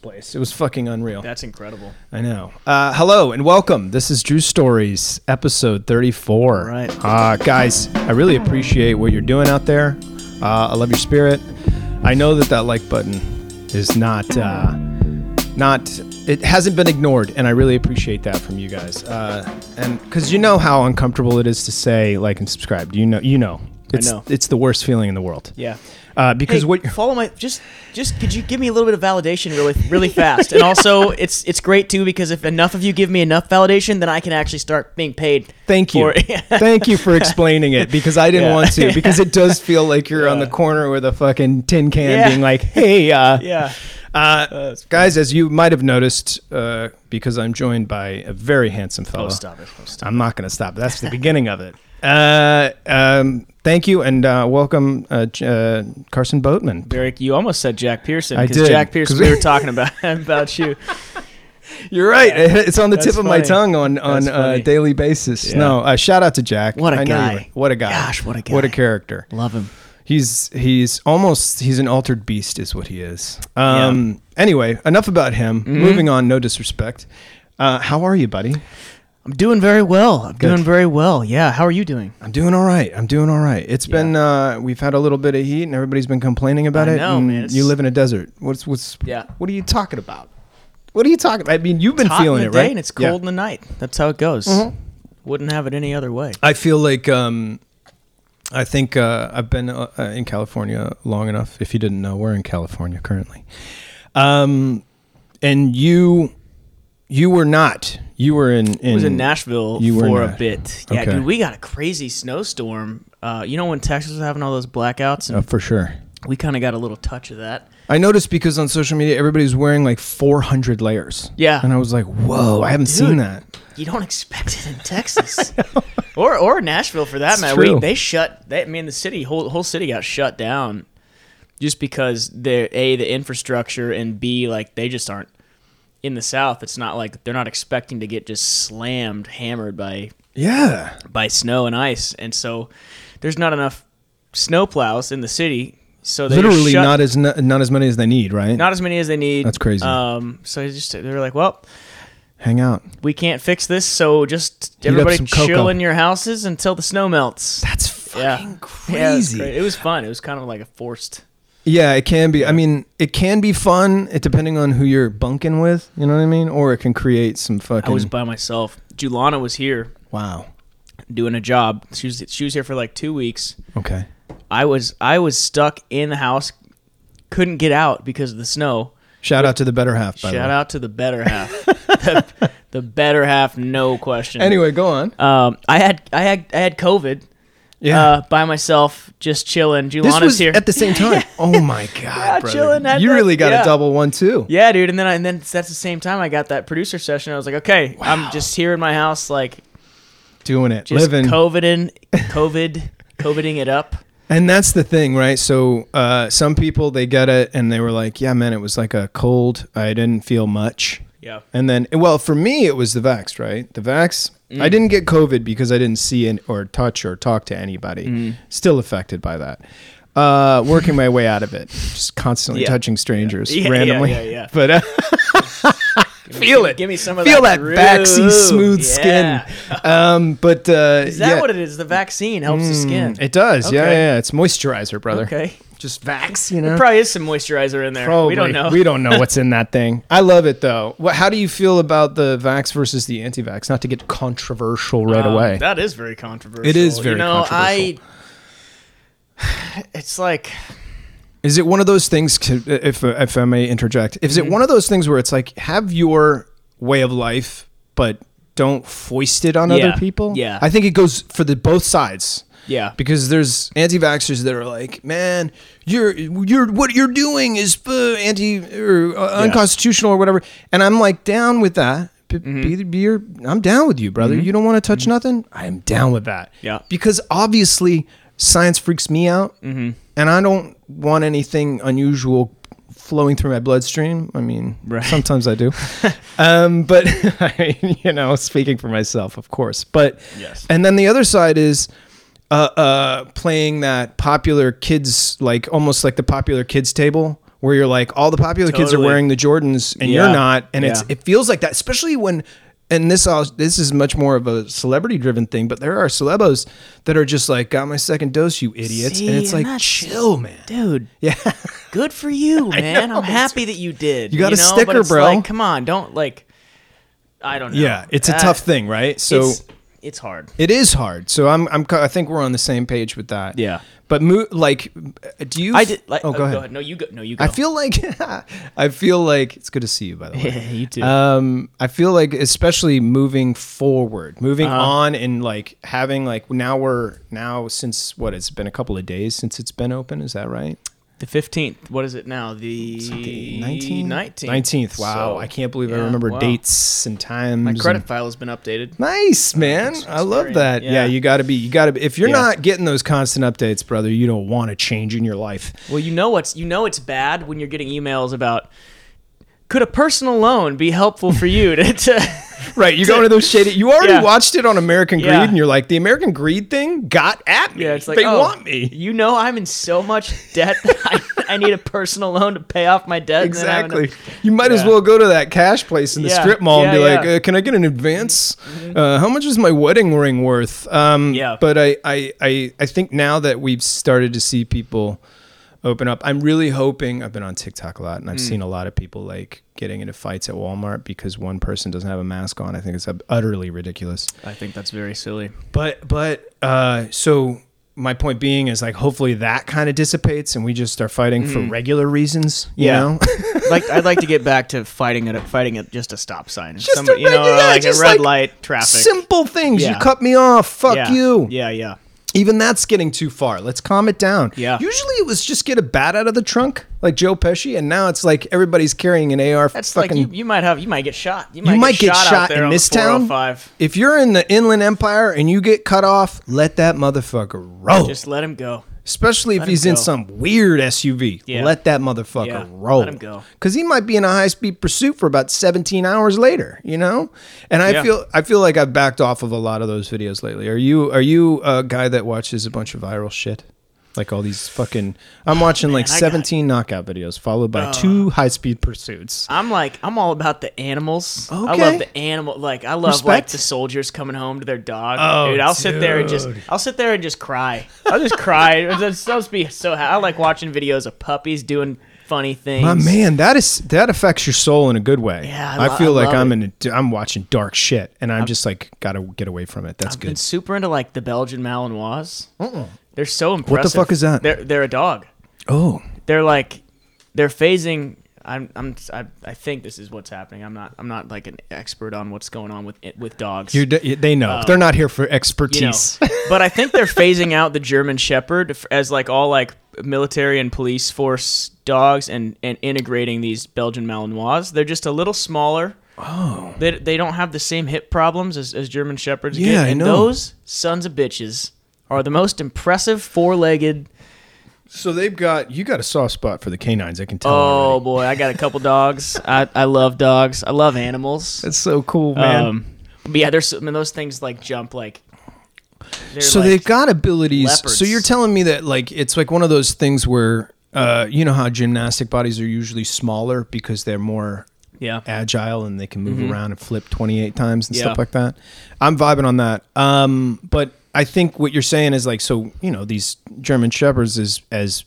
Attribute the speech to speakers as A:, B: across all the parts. A: place. It was fucking unreal.
B: That's incredible.
A: I know. Uh, hello and welcome. This is Drew Stories, episode 34.
B: Right.
A: Uh, guys, I really appreciate what you're doing out there. Uh, I love your spirit. I know that that like button is not, uh, not, it hasn't been ignored, and I really appreciate that from you guys. Uh, and because you know how uncomfortable it is to say like and subscribe. You know, you know. It's,
B: know.
A: it's the worst feeling in the world.
B: Yeah.
A: Uh, because
B: Hey,
A: what
B: follow my just just could you give me a little bit of validation really really fast? And also it's it's great too because if enough of you give me enough validation, then I can actually start being paid.
A: Thank you.
B: for-
A: Thank you for explaining it because I didn't
B: Yeah.
A: want to because it does feel like you're on the corner with a fucking tin can
B: Yeah.
A: being like, "Hey, uh,
B: yeah.
A: uh,
B: that's funny.
A: guys, as you might have noticed uh, because I'm joined by a very handsome fellow.
B: Oh, stop it. Oh, stop.
A: I'm not going to stop. That's the beginning of it. Uh, um, thank you and uh, welcome uh, J- uh, Carson Boatman.
B: Derek, you almost said Jack Pearson
A: I
B: because
A: did,
B: Jack Pearson
A: 'cause
B: we
A: we-
B: were talking about about you.
A: You're right. It's on the
B: That's
A: tip of my
B: funny.
A: tongue on on
B: That's
A: a
B: funny.
A: daily basis. No, uh, shout out to Jack.
B: What a
A: I know you
B: guy.
A: were- What a guy.
B: Gosh, what a
A: What a
B: guy.
A: character.
B: Love him.
A: He's he's almost he's an altered beast is what he is. Um anyway, enough about him.
B: Mm-hmm.
A: Moving on, no disrespect. Uh how are you, buddy?
B: I'm doing very well. I'm
A: Good.
B: doing very well. Yeah. How are you doing?
A: I'm doing all right. I'm doing all right. It's been uh we've had a little bit of heat and everybody's been complaining about
B: I
A: it.
B: know,
A: and
B: man. It's-
A: You live in a desert. What's what's
B: Yeah.
A: What are you talking about? What are you talking about? I mean, you've been
B: Hot
A: feeling
B: in the
A: it,
B: day
A: right?
B: and it's
A: Yeah. Mm-hmm.
B: cold in the night. That's how it goes. Wouldn't have it any other way.
A: I feel like um, I think uh, I've been uh, uh, in California long enough. If you didn't know, we're in California currently, um, and you you were not. You were in. in
B: I was in Nashville
A: Hmm. you were in
B: for a
A: Nash-
B: bit. Yeah,
A: Okay.
B: dude, we got a crazy snowstorm. Uh, you know when Texas was having all those blackouts, and
A: uh, for sure.
B: we kind of got a little touch of that.
A: I noticed because on social media everybody's wearing like 400 layers.
B: Yeah.
A: and I was like, "Whoa, I haven't seen
B: Dude.
A: that."
B: You don't expect it in Texas, or or Nashville for that
A: It's
B: matter. We,
A: true.
B: they shut. They, I mean, the city whole whole city got shut down just because they're a the infrastructure and b like they just aren't in the South. It's not like they're not expecting to get just slammed, hammered by
A: Yeah,
B: by snow and ice, and so there's not enough snow plows in the city. So they
A: literally
B: shut,
A: not as not, not as many as they need. Right?
B: not as many as they need.
A: That's crazy.
B: Um, so they just they were like, well,
A: Hang out.
B: we can't fix this, so just
A: up
B: everybody
A: some cocoa.
B: chill in your houses until the snow melts.
A: That's
B: yeah,
A: fucking
B: Yeah, it, was
A: crazy.
B: great. it was fun. It was kind of like a forced.
A: Yeah, it can be. I mean, it can be fun, it, depending on who you're bunking with. You know what I mean? Or it can create some fucking.
B: I was by myself. Julana was here
A: wow.
B: doing a job. She was she was here for like two weeks.
A: Okay.
B: I was I was stuck in the house, couldn't get out because of the snow.
A: Shout out to the better half. By the
B: Shout
A: way.
B: out to the better half. the, the better half, no question.
A: Anyway, go on.
B: um, I had I had I had COVID.
A: Yeah.
B: Uh, by myself, just chilling.
A: this
B: Julana's
A: was
B: here.
A: at the same time. Oh my god, brother.
B: chilling at
A: you
B: the-
A: really got
B: yeah.
A: a double one too.
B: yeah, dude. And then I, and then that's the same time I got that producer session. I was like, okay, I'm just here in my house, like
A: Doing it,
B: just
A: living,
B: COVIDing, COVID, COVIDing it up.
A: and that's the thing, right? So uh, some people they get it and they were like, "Yeah, man, it was like a cold. I didn't feel much."
B: Yeah.
A: And then, well, for me, it was the vax, right? The vax.
B: Mm.
A: I didn't get COVID because I didn't see an, or touch or talk to anybody.
B: Mm.
A: Still affected by that. Uh, working my way out of it, just constantly
B: Yeah.
A: touching strangers
B: Yeah, yeah,
A: randomly.
B: yeah, yeah.
A: But uh, feel it.
B: Give me some of
A: feel
B: that
A: that vaxy
B: groove.
A: smooth
B: Yeah.
A: skin. Um, but uh,
B: Is that
A: yeah. Mm,
B: what it is? The vaccine helps the skin.
A: It does. Yeah,
B: Okay.
A: yeah, yeah. It's moisturizer, brother.
B: okay.
A: Just vax, you know.
B: Probably is some moisturizer in there. We don't know.
A: We don't know what's in that thing. I love it though. What, how do you feel about the vax versus the anti-vax? Not to get controversial right
B: Um,
A: away.
B: That is very controversial.
A: It is very
B: you know,
A: controversial.
B: I. It's like
A: Is it one of those things? c- If if I may interject, is
B: Mm-hmm.
A: it one of those things where it's like have your way of life, but don't foist it on
B: Yeah,
A: other people?
B: yeah.
A: I think it goes for the both sides.
B: Yeah.
A: because there's anti-vaxxers that are like, man, you're you're what you're doing is uh, anti or uh, unconstitutional or whatever, and I'm like down with that. B-
B: Mm-hmm.
A: Be, be your, I'm down with you, brother. You don't want to touch nothing. I am down with that.
B: Yeah.
A: because obviously science freaks me out,
B: Mm-hmm.
A: and I don't want anything unusual flowing through my bloodstream. I mean, sometimes I do, um, but I mean, you know, speaking for myself, of course. But
B: Yes.
A: and then the other side is uh, uh, playing that popular kids, like almost like the popular kids table, where you're like all the popular kids are
B: Totally.
A: wearing the Jordans and you're
B: Yeah.
A: not, and it's
B: Yeah.
A: it feels like that, especially when. And this all this is much more of a celebrity driven thing, but there are celebos that are just like got my second dose, you idiots, and
B: See,
A: it's like
B: that's-
A: chill, man.
B: dude.
A: Yeah,
B: Good for you, man. I'm happy that you did.
A: You got a
B: know?
A: sticker,
B: but it's
A: bro.
B: Like, come on, don't like. I don't know.
A: yeah, it's a
B: Uh,
A: tough thing, right? So
B: It's, it's hard.
A: It is hard. So I'm, I'm, I think we're on the same page with that.
B: Yeah.
A: But mo- like, do you?
B: I did. Like,
A: oh, go, ahead.
B: No, you go. No, you go.
A: I feel like, I feel like it's good to see you. By the way.
B: Yeah, you too.
A: Um, I feel like, especially moving forward, moving
B: Uh-huh.
A: on, and like having like now we're now since what it's been a couple of days since it's been open. Is that right?
B: the fifteenth. What is it now? The
A: Nineteenth.
B: Nineteenth.
A: Nineteenth. Wow,
B: So,
A: I can't believe I
B: yeah,
A: remember
B: wow.
A: dates and times.
B: My
A: and-
B: credit file has been updated.
A: Nice man, I love
B: very-
A: that. Yeah,
B: yeah.
A: you got to be. You got to. If you're
B: Yeah.
A: not getting those constant updates, brother, you don't want to change in your life.
B: Well, you know what's you know it's bad when you're getting emails about. Could a personal loan be helpful for you to? to
A: Right, you go into those shady. You already
B: Yeah.
A: watched it on American Greed,
B: Yeah.
A: and you're like, the American Greed thing got at me.
B: Yeah, it's like
A: they
B: oh,
A: want me.
B: You know, I'm in so much debt. that I, I need a personal loan to pay off my debt. and then I have
A: Exactly. You might as well go to that cash place in the
B: Yeah,
A: strip mall and
B: yeah,
A: be
B: yeah. Mm-hmm.
A: like, uh, "Can I get an advance? Uh, how much is my wedding ring worth?" Um,
B: Yeah.
A: But I, I, I, I think now that we've started to see people open up, I'm really hoping. I've been on TikTok a lot, and I've
B: Mm.
A: seen a lot of people like getting into fights at Walmart because one person doesn't have a mask on. I think it's uh, utterly ridiculous.
B: I think that's very silly.
A: But but uh, so my point being is like hopefully that kind of dissipates and we just start fighting for regular reasons.
B: Mm.
A: You
B: Yeah.
A: know?
B: like I'd like to get back to fighting at a, fighting at just a stop sign.
A: Just
B: Somebody-
A: a
B: you know,
A: regular- yeah,
B: like a
A: just
B: red
A: like
B: light traffic.
A: Simple things. You
B: Yeah.
A: cut me off. Fuck
B: yeah.
A: you.
B: Yeah, yeah.
A: Even that's getting too far. Let's calm it down.
B: Yeah.
A: Usually it was just get a bat out of the trunk, like Joe Pesci, and now it's like everybody's carrying an AR.
B: That's
A: fucking.
B: like you, you might have you might get shot. You might,
A: you might get shot,
B: out there
A: in
B: on the
A: this town.
B: 405.
A: If you're in the Inland Empire and you get cut off, let that motherfucker roll.
B: Just let him go.
A: Especially if
B: him
A: he's in
B: go.
A: some weird SUV.
B: Yeah.
A: Let that motherfucker
B: Yeah,
A: roll.
B: let him go.
A: Cause he might be in a high speed pursuit for about 17 hours later, you know? And I
B: Yeah.
A: feel I feel like I've backed off of a lot of those videos lately. Are you are you a guy that watches a bunch of viral shit? Like all these fucking I'm watching like
B: Ah, I got- Uh,
A: 17 knockout videos followed by two high speed pursuits.
B: I'm like I'm all about the animals. I
A: Okay.
B: love the animal. Like I love like
A: Respect.
B: the soldiers coming home to their dog.
A: Oh,
B: dude, I'll sit there and just
A: dude.
B: I'll sit there and just cry. I'll just cry. It's supposed to be so. ha- I like watching videos of puppies doing funny things.
A: My Ah, man, that is that affects your soul in a good way.
B: Yeah, I
A: I,
B: lo-
A: feel
B: I
A: like
B: love
A: I'm in a, I'm watching dark shit and I'm, just like gotta get away from it. That's
B: I've been
A: good.
B: super into like the Belgian Malinois. They're so impressive.
A: fuck is that?
B: They're they're a dog.
A: Oh.
B: They're like they're phasing. I'm I'm I, I think this is what's happening. I'm not I'm not like an expert on what's going on with it- with dogs.
A: You're, d- they know. They're not here for
B: Oh. you know.
A: expertise.
B: but I think they're phasing out the German Shepherd f- as like all like military and police force dogs and and integrating these Belgian Malinois. They're just a little smaller. Oh. They, they don't have the same hip problems as, as German Shepherds
A: Yeah,
B: get.
A: I
B: And
A: know.
B: those sons of bitches are the most impressive four legged.
A: So they've got you got a soft spot for the canines. I can tell.
B: Oh
A: Oh,
B: boy, I got a couple dogs. I, I love dogs. I love animals.
A: that's so cool, man.
B: Um, but yeah, there's I mean, those things like jump like. they're
A: so
B: like-
A: they've got abilities.
B: leopards.
A: So you're telling me that like it's like one of those things where uh, you know how gymnastic bodies are usually smaller because they're more
B: yeah. Mm-hmm.
A: agile and they can move around and flip 28 times and
B: Yeah.
A: stuff like that. I'm vibing on that. Um, but I think what you're saying is like so you know these German shepherds is as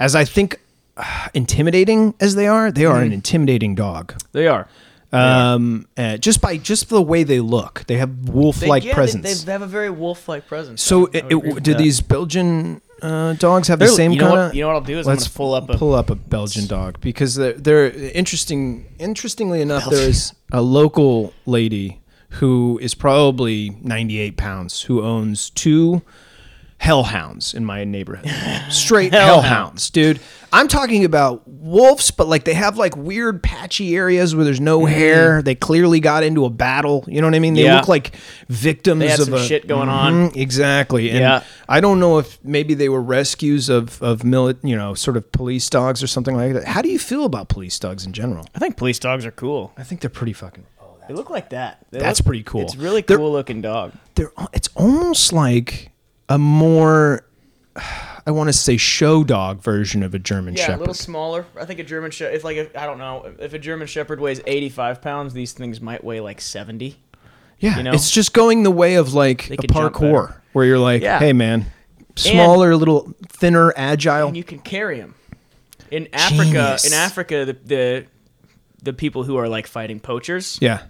A: as I think uh, intimidating as they are, they are an intimidating dog.
B: Mm-hmm. They are.
A: um, uh, just by just the way they look. They have wolf-like
B: yeah, they-
A: presence.
B: They, have a very wolf-like presence.
A: so,
B: I
A: it,
B: would agree
A: it,
B: with
A: do
B: that.
A: these Belgian uh, dogs have
B: They're-
A: the same
B: you know
A: kind
B: what? You know what I'll do is I'm
A: Let's
B: gonna pull up a.
A: pull up a Belgian dog because they're, they're interesting. Interestingly enough, there is a local lady who is probably 98 pounds who owns two hellhounds in my neighborhood. Straight hellhounds, dude. I'm talking about wolves, but like they have like weird patchy areas where there's no hair. They clearly got into a battle. You know what I mean? They
B: Mm. Yeah.
A: look like victims
B: They had
A: of
B: some
A: a
B: shit going on.
A: Mhm, Exactly. And
B: Yeah.
A: I don't know if maybe they were rescues of of mili- you know, sort of police dogs or something like that. How do you feel about police dogs in general?
B: I think police dogs are cool.
A: I think they're pretty fucking. Oh,
B: They look like that. They
A: That's
B: look-
A: pretty cool.
B: It's really
A: They're-
B: cool looking dog.
A: they're. al- It's almost like a more. I want to say show dog version of a German
B: Yeah, a little
A: Shepherd.
B: smaller. I think a German Shepherd, if like, a, I don't know, if a German Shepherd weighs 85 pounds, these things might weigh like 70.
A: yeah,
B: you know?
A: it's just going the way of like a
B: could jump
A: parkour where you're like,
B: Yeah.
A: hey man, smaller, little thinner, agile.
B: And you can carry them. In Africa,
A: Genius.
B: in Africa, the, the the people who are like fighting poachers,
A: yeah,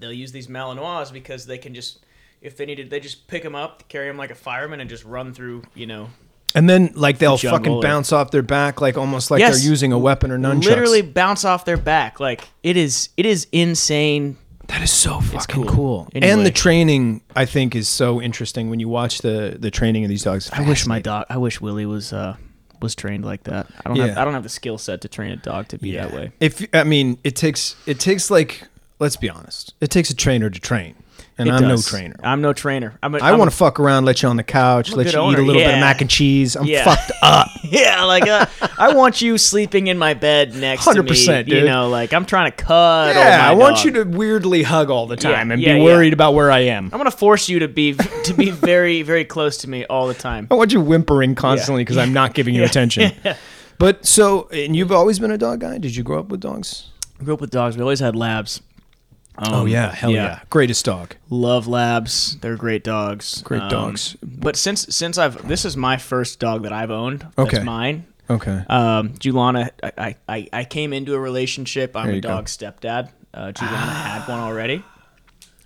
B: they'll use these Malinois because they can just, if they needed, they just pick them up, carry them like a fireman, and just run through, you know,
A: and then like they'll
B: jungle
A: fucking
B: or-
A: bounce off their back like almost like
B: Yes.
A: they're using a weapon or nunchucks.
B: literally bounce off their back. Like it is, it is insane.
A: That is so fucking
B: cool.
A: cool. And
B: Anyway.
A: the training, I think, is so interesting when you watch the the training of these dogs.
B: I wish my dog, I wish Willie was uh was trained like that. I don't have,
A: Yeah.
B: I don't have the skill set to train a dog to be that way.
A: If I mean, it takes it takes like let's be honest, it takes a trainer to train, and
B: It
A: I'm
B: does.
A: no trainer.
B: I'm no trainer. I'm a,
A: I
B: I'm
A: want
B: a-
A: to fuck around, let you on the couch,
B: a
A: let
B: good
A: you eat
B: owner,
A: a little bit
B: yeah.
A: of mac and cheese. I'm
B: Yeah.
A: fucked up.
B: Yeah, like uh, I want you sleeping in my bed next to me.
A: 100%, dude.
B: You know, like I'm trying to cuddle.
A: yeah,
B: Oh my
A: I want
B: dog.
A: you to weirdly hug all the time and
B: yeah,
A: be
B: yeah.
A: worried about where I am.
B: I'm gonna force you to be to be very very close to me all the time.
A: I want you whimpering constantly because I'm not giving you attention. But so, and you've always been a dog guy. Did you grow up with dogs?
B: I grew up with dogs. We always had labs. Um,
A: Oh yeah, hell yeah, greatest dog.
B: Love labs. They're great dogs. Um,
A: Great dogs.
B: But since since I've this is my first dog that I've owned.
A: Okay.
B: That's mine.
A: Okay.
B: Um, Julana, I, I- I, I came into a relationship. I'm
A: There
B: a
A: you go. Ah.
B: dog stepdad. Uh, Julana had one already.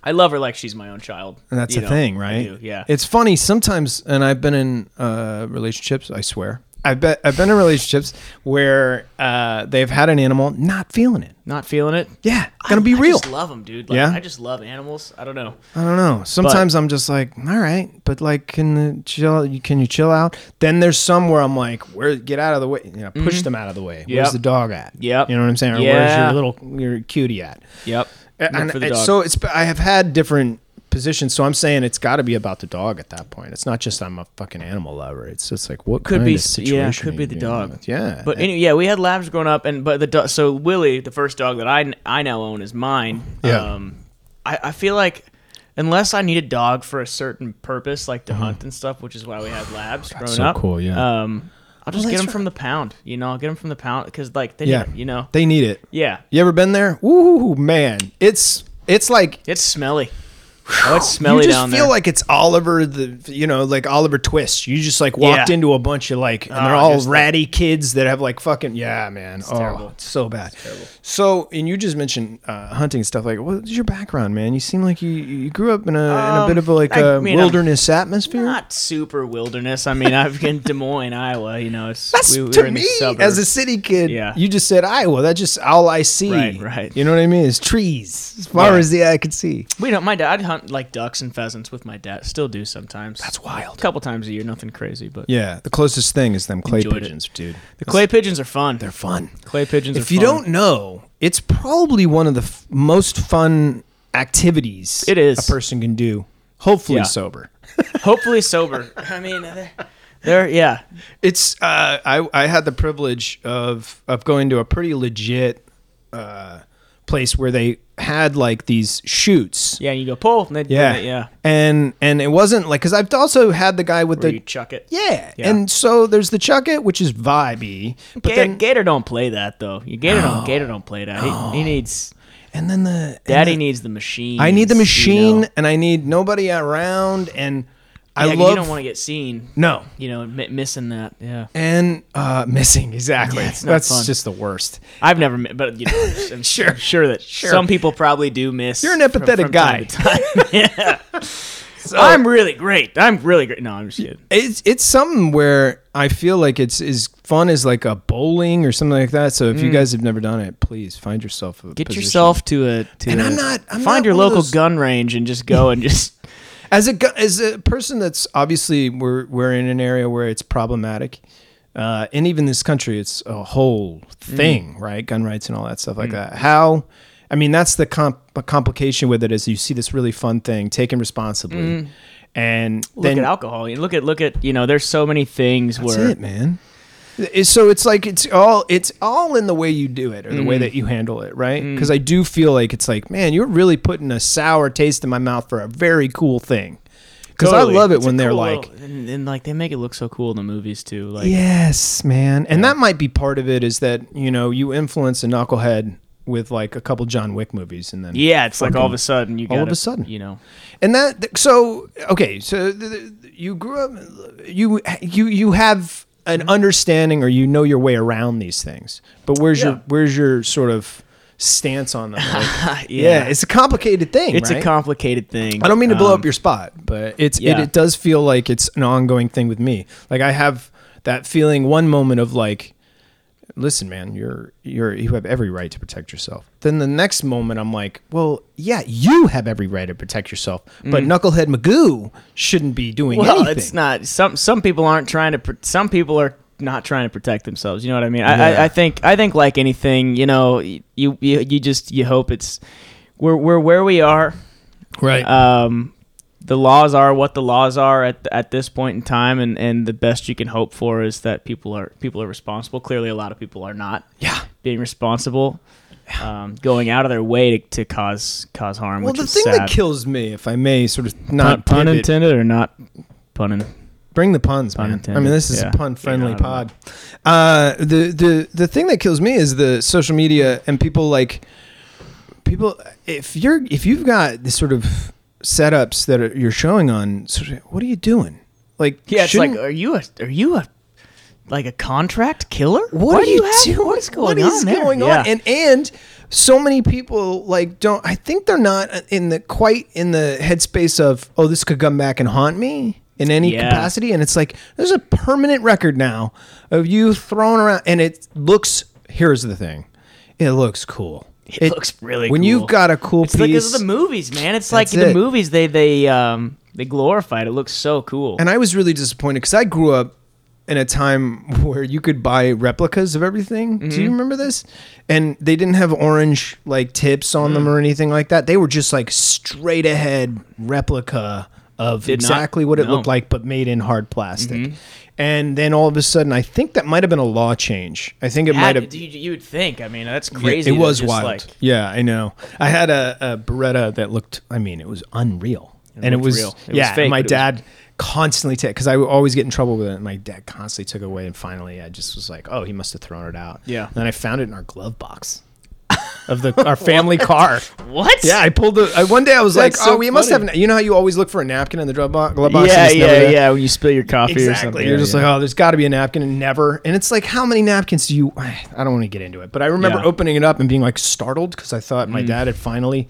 B: I love her like she's my own child.
A: And that's
B: you
A: the
B: know,
A: thing,
B: I
A: right?
B: do, yeah.
A: It's funny sometimes, and I've been in uh, relationships. I swear, I bet I've been in relationships where uh, they've had an animal, not feeling it.
B: Not feeling it.
A: Yeah, gonna
B: I-
A: be real.
B: I just love them, dude. Like,
A: Yeah?
B: I just love animals. I don't know.
A: I don't know. Sometimes I'm just like, all right, but like, can the chill? Can you chill out? Then there's some where I'm like, where get out of the way. You know, push them out of the way. Where's
B: Mm-hmm. Yep.
A: the dog at?
B: Yep.
A: You know what I'm saying? Or where's
B: Yeah.
A: your little your cutie at?
B: Yep.
A: And, and so it's I have had different positions, so I'm saying it's got to be about the dog at that point. It's not just I'm a fucking animal lover. It's just like what
B: Could
A: kind
B: be
A: of
B: s-
A: situation
B: yeah, could
A: are
B: be
A: you
B: the
A: dealing
B: dog.
A: with? Yeah,
B: But
A: And-
B: anyway, yeah, we had labs growing up, and but the do- so Willie, the first dog that I I now own is mine.
A: Yeah.
B: Um, I, I feel like unless I need a dog for a certain purpose, like to hunt and stuff, which is why we had labs growing
A: Uh-huh. so
B: up.
A: cool, yeah.
B: Um, I'll just get 'em get
A: that's
B: them from the pound. You know, I'll get them from the pound because like they,
A: yeah,
B: need, you know,
A: they need it.
B: yeah,
A: You ever been there? Ooh, man, it's it's like
B: it's smelly. Oh, it's smelly
A: you just
B: down
A: feel
B: there.
A: like it's Oliver the you know like Oliver Twist. You just like walked
B: Yeah.
A: into a bunch of like and they're
B: Ah,
A: all
B: just the-
A: ratty kids that have like fucking yeah man. oh,
B: terrible.
A: it's so bad. So and you just mentioned uh, hunting and stuff like what's your background, man? You seem like you you grew up in a, in a bit of a, like
B: Um, I
A: a
B: mean, I'm
A: wilderness atmosphere.
B: not super wilderness. I mean, I've been Des Moines, Iowa. You know, it's
A: That's
B: we, we were
A: to
B: in the
A: me as
B: suburbs.
A: a city kid.
B: Yeah.
A: You just said Iowa. That's just all I see.
B: Right, right.
A: You know what I mean? It's trees as far
B: Yeah.
A: as the eye can see.
B: We don't. My dad I'd hunt like ducks and pheasants with my dad. Still do sometimes. That's
A: wild.
B: A couple times a year, nothing crazy, but
A: Yeah, the closest thing is them clay
B: Enjoyed it.
A: pigeons, dude.
B: the clay pigeons are fun.
A: They're fun.
B: clay pigeons.
A: If
B: are
A: you
B: fun.
A: don't know, it's probably one of the f- most fun activities
B: It is.
A: a person can do. Hopefully
B: Yeah.
A: sober.
B: hopefully sober. I mean, uh, they're, they're yeah.
A: It's uh, I I had the privilege of of going to a pretty legit uh, place where they had like these shoots.
B: Yeah, you go pull. And they do
A: Yeah.
B: that, yeah.
A: And and it wasn't like because I've also had the guy with
B: Where
A: the
B: you chuck it.
A: yeah.
B: Yeah.
A: And so there's the chuck it, which is vibey, but
B: Gator,
A: then
B: Gator don't play that though. You Gator don't. Gator don't play that. He, he needs.
A: and Oh. then the
B: Daddy needs the machine.
A: I need the machine,
B: You know?
A: and I need nobody around, and I
B: Yeah, 'cause
A: love
B: You don't want to get seen.
A: no
B: You know, mi- missing that. Yeah.
A: and uh, missing exactly.
B: Yeah, it's not
A: That's
B: fun.
A: just the worst.
B: I've never met, but you know, I'm sure, sure that some people probably do miss.
A: You're an
B: from-
A: empathetic
B: from time to time. yeah. I'm really great. I'm really great. No, I'm just kidding.
A: It's it's something where I feel like it's as fun as like a bowling or something like that. So if you guys have never done it, please find yourself a
B: Mm. Get
A: position.
B: yourself to a to.
A: And
B: a-
A: I'm not- I'm
B: find
A: not
B: your
A: one of
B: local
A: those-
B: gun range and just go and just.
A: as a gu- as a person that's obviously we're we're in an area where it's problematic. Uh, and even this country, it's a whole
B: Mm-hmm.
A: thing, right? Gun rights and all that stuff like that. How, I mean, that's the comp- complication with it is you see this really fun thing taken responsibly, and
B: Mm-hmm. Look
A: then
B: at alcohol. You Look at look at you know. There's so many things
A: That's
B: where
A: it, man. It- So it's like it's all it's all in the way you do it or the
B: Mm-hmm.
A: way that you handle it, right? Because I do feel like it's like, man, you're really putting a sour taste in my mouth for a very cool thing. because
B: Totally.
A: I love it
B: It's a
A: when they're
B: cool
A: like,
B: little- and, and like they make it look so cool in the movies too. Like
A: yes, man. And that might be part of it is that you know you influence a knucklehead with like a couple John Wick movies, and then
B: yeah, it's like all of a sudden you
A: All
B: got
A: of a sudden.
B: you know
A: and that th- so okay. So th- th- you grew up, you you you have an
B: Mm-hmm.
A: understanding or you know your way around these things. But where's your
B: Yeah.
A: where's your sort of stance on them? Like,
B: yeah,
A: yeah. it's a complicated thing.
B: it's a
A: right?
B: complicated thing.
A: I don't mean to blow
B: Um,
A: up your spot, but it's
B: yeah.
A: it, it does feel like it's an ongoing thing with me. Like I have that feeling one moment of like, listen, man, you're you're you have every right to protect yourself. Then the next moment, I'm like, well, yeah, you have every right to protect yourself, but Knucklehead Magoo shouldn't be doing
B: Mm. Well,
A: anything.
B: it's not. Some some people aren't trying to. pr- Some people are not trying to protect themselves. You know what I mean? I,
A: Yeah.
B: I, I think I think like anything, you know, you you, you just you hope it's we're we're where we are.
A: right.
B: Um, the laws are what the laws are at at this point in time, and and the best you can hope for is that people are people are responsible. Clearly, a lot of people are not
A: yeah.
B: being responsible. Um, going out of their way to, to cause cause harm.
A: Well,
B: which
A: the
B: is
A: thing
B: sad.
A: that kills me, if I may, sort of
B: pun,
A: not
B: pun
A: pivot-
B: intended or not pun in,
A: Bring the puns,
B: Pun
A: man.
B: intended.
A: I mean, this is
B: Yeah.
A: a pun-friendly
B: Yeah, I don't
A: pod. Uh, the the the thing that kills me is the social media and people like people. If you're if you've got the sort of setups that are, you're showing on, social- what are you doing? Like,
B: Yeah, it's
A: shouldn't-
B: like, are you a, are you a, like a contract killer?
A: what, are
B: do
A: you,
B: have?
A: doing?
B: What is going on?
A: What is
B: there?
A: going
B: Yeah.
A: on? And and so many people like don't. I think they're not in the quite in the headspace of oh, this could come back and haunt me in any
B: Yeah.
A: capacity. And it's like there's a permanent record now of you throwing around, and it looks. Here's the thing, it looks cool.
B: It looks really
A: when
B: cool.
A: you've got a cool
B: it's
A: piece.
B: like this is the movies, man. It's like
A: That's
B: the
A: it.
B: movies they they um they glorified. It looks so cool.
A: And I was really disappointed because I grew up in a time where you could buy replicas of everything. Do
B: Mm-hmm.
A: you remember this? And they didn't have orange like tips on
B: Mm.
A: them or anything like that. They were just like straight ahead replica of
B: Did not-
A: exactly what it
B: no. Mm-hmm.
A: looked like, but made in hard plastic. And then all of a sudden, I think that might have been a law change. I think it
B: Had-
A: might have.
B: you, you would think. I mean, that's
A: Yeah,
B: crazy.
A: It
B: to
A: was
B: just,
A: wild.
B: like-
A: yeah, I know. I had a, a Beretta that looked. I mean, it was unreal, and it
B: looked
A: was
B: real. It was
A: yeah.
B: fake,
A: and my
B: but it was-
A: dad constantly took because I would always get in trouble with it, and my dad constantly took it away. And finally, I just was like, oh, he must have thrown it out.
B: Yeah.
A: And then I found it in our glove box of the our family car.
B: what?
A: Yeah, I pulled the. I, one day I was like,
B: That's so
A: oh, we must have.
B: funny.
A: na- You know how you always look for a napkin in the glove box? Glove box and
B: yeah,
A: it's never
B: yeah,
A: there?
B: yeah. When you spill your coffee or
A: Exactly.
B: something,
A: You're
B: Yeah,
A: just
B: yeah.
A: like, oh, there's got to be a napkin, and never. And it's like, how many napkins do you? I don't want to get into it, but I remember
B: Yeah. Mm.
A: opening it up and being like startled because I thought my dad had finally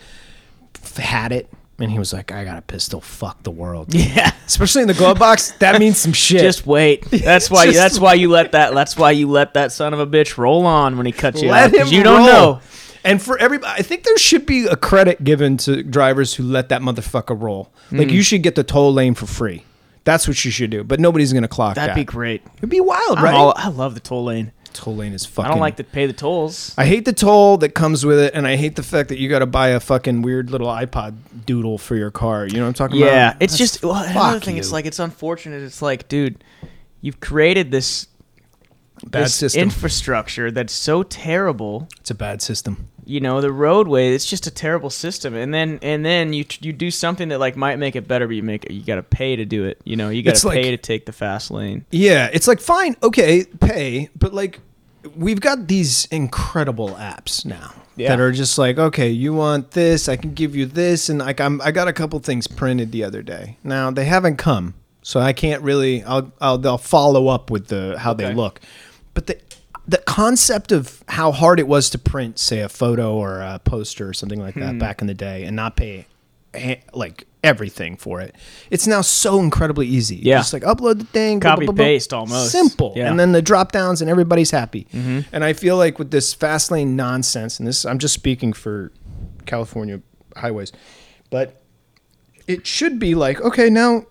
A: f- had it, and he was like, I got a pistol. Fuck the world.
B: yeah.
A: Especially in the glove box, that means some shit.
B: Just wait. That's why.
A: Just
B: that's why you let that. That's why you let that son of a bitch roll on when he cuts you.
A: let
B: off, 'cause
A: him.
B: You don't
A: roll.
B: know.
A: And for everybody, I think there should be a credit given to drivers who let that motherfucker roll.
B: Mm.
A: Like you should get the toll lane for free. That's what you should do. But nobody's gonna clock
B: That'd be
A: that.
B: great.
A: It'd be wild,
B: I'm
A: right?
B: all- I love the toll lane.
A: toll lane is fucking.
B: I don't like to pay the tolls.
A: I hate the toll that comes with it, and I hate the fact that you got to buy a fucking weird little iPod doodle for your car. You know what I'm talking about?
B: Yeah, it's
A: That's-
B: just well, another
A: fuck
B: thing. It's
A: you.
B: like it's unfortunate. It's like, dude, you've created this
A: bad
B: this
A: system.
B: infrastructure that's so terrible.
A: it's a bad system.
B: You know, the roadway. It's just a terrible system. And then and then you you do something that like might make it better, but you make it. You got to pay to do it. You know, you got
A: It's
B: to
A: like-
B: pay to take the fast lane.
A: Yeah, it's like fine, okay, pay, but like we've got these incredible apps now
B: Yeah.
A: that are just like, okay, you want this, I can give you this, and like I'm I got a couple things printed the other day. Now they haven't come, so I can't really. I'll I'll, I'll follow up with the how they
B: Okay.
A: look, but the the concept of how hard it was to print, say, a photo or a poster or something like
B: Hmm.
A: that back in the day, and not pay eh, like everything for it. It's now so incredibly easy. You
B: Yeah.
A: just like upload the thing,
B: Copy,
A: blah, blah, blah.
B: paste almost.
A: Simple.
B: Yeah. Mm-hmm.
A: And then the drop downs and everybody's happy. And I feel like with this fast lane nonsense, and this I'm just speaking for California highways, but it should be like, okay, now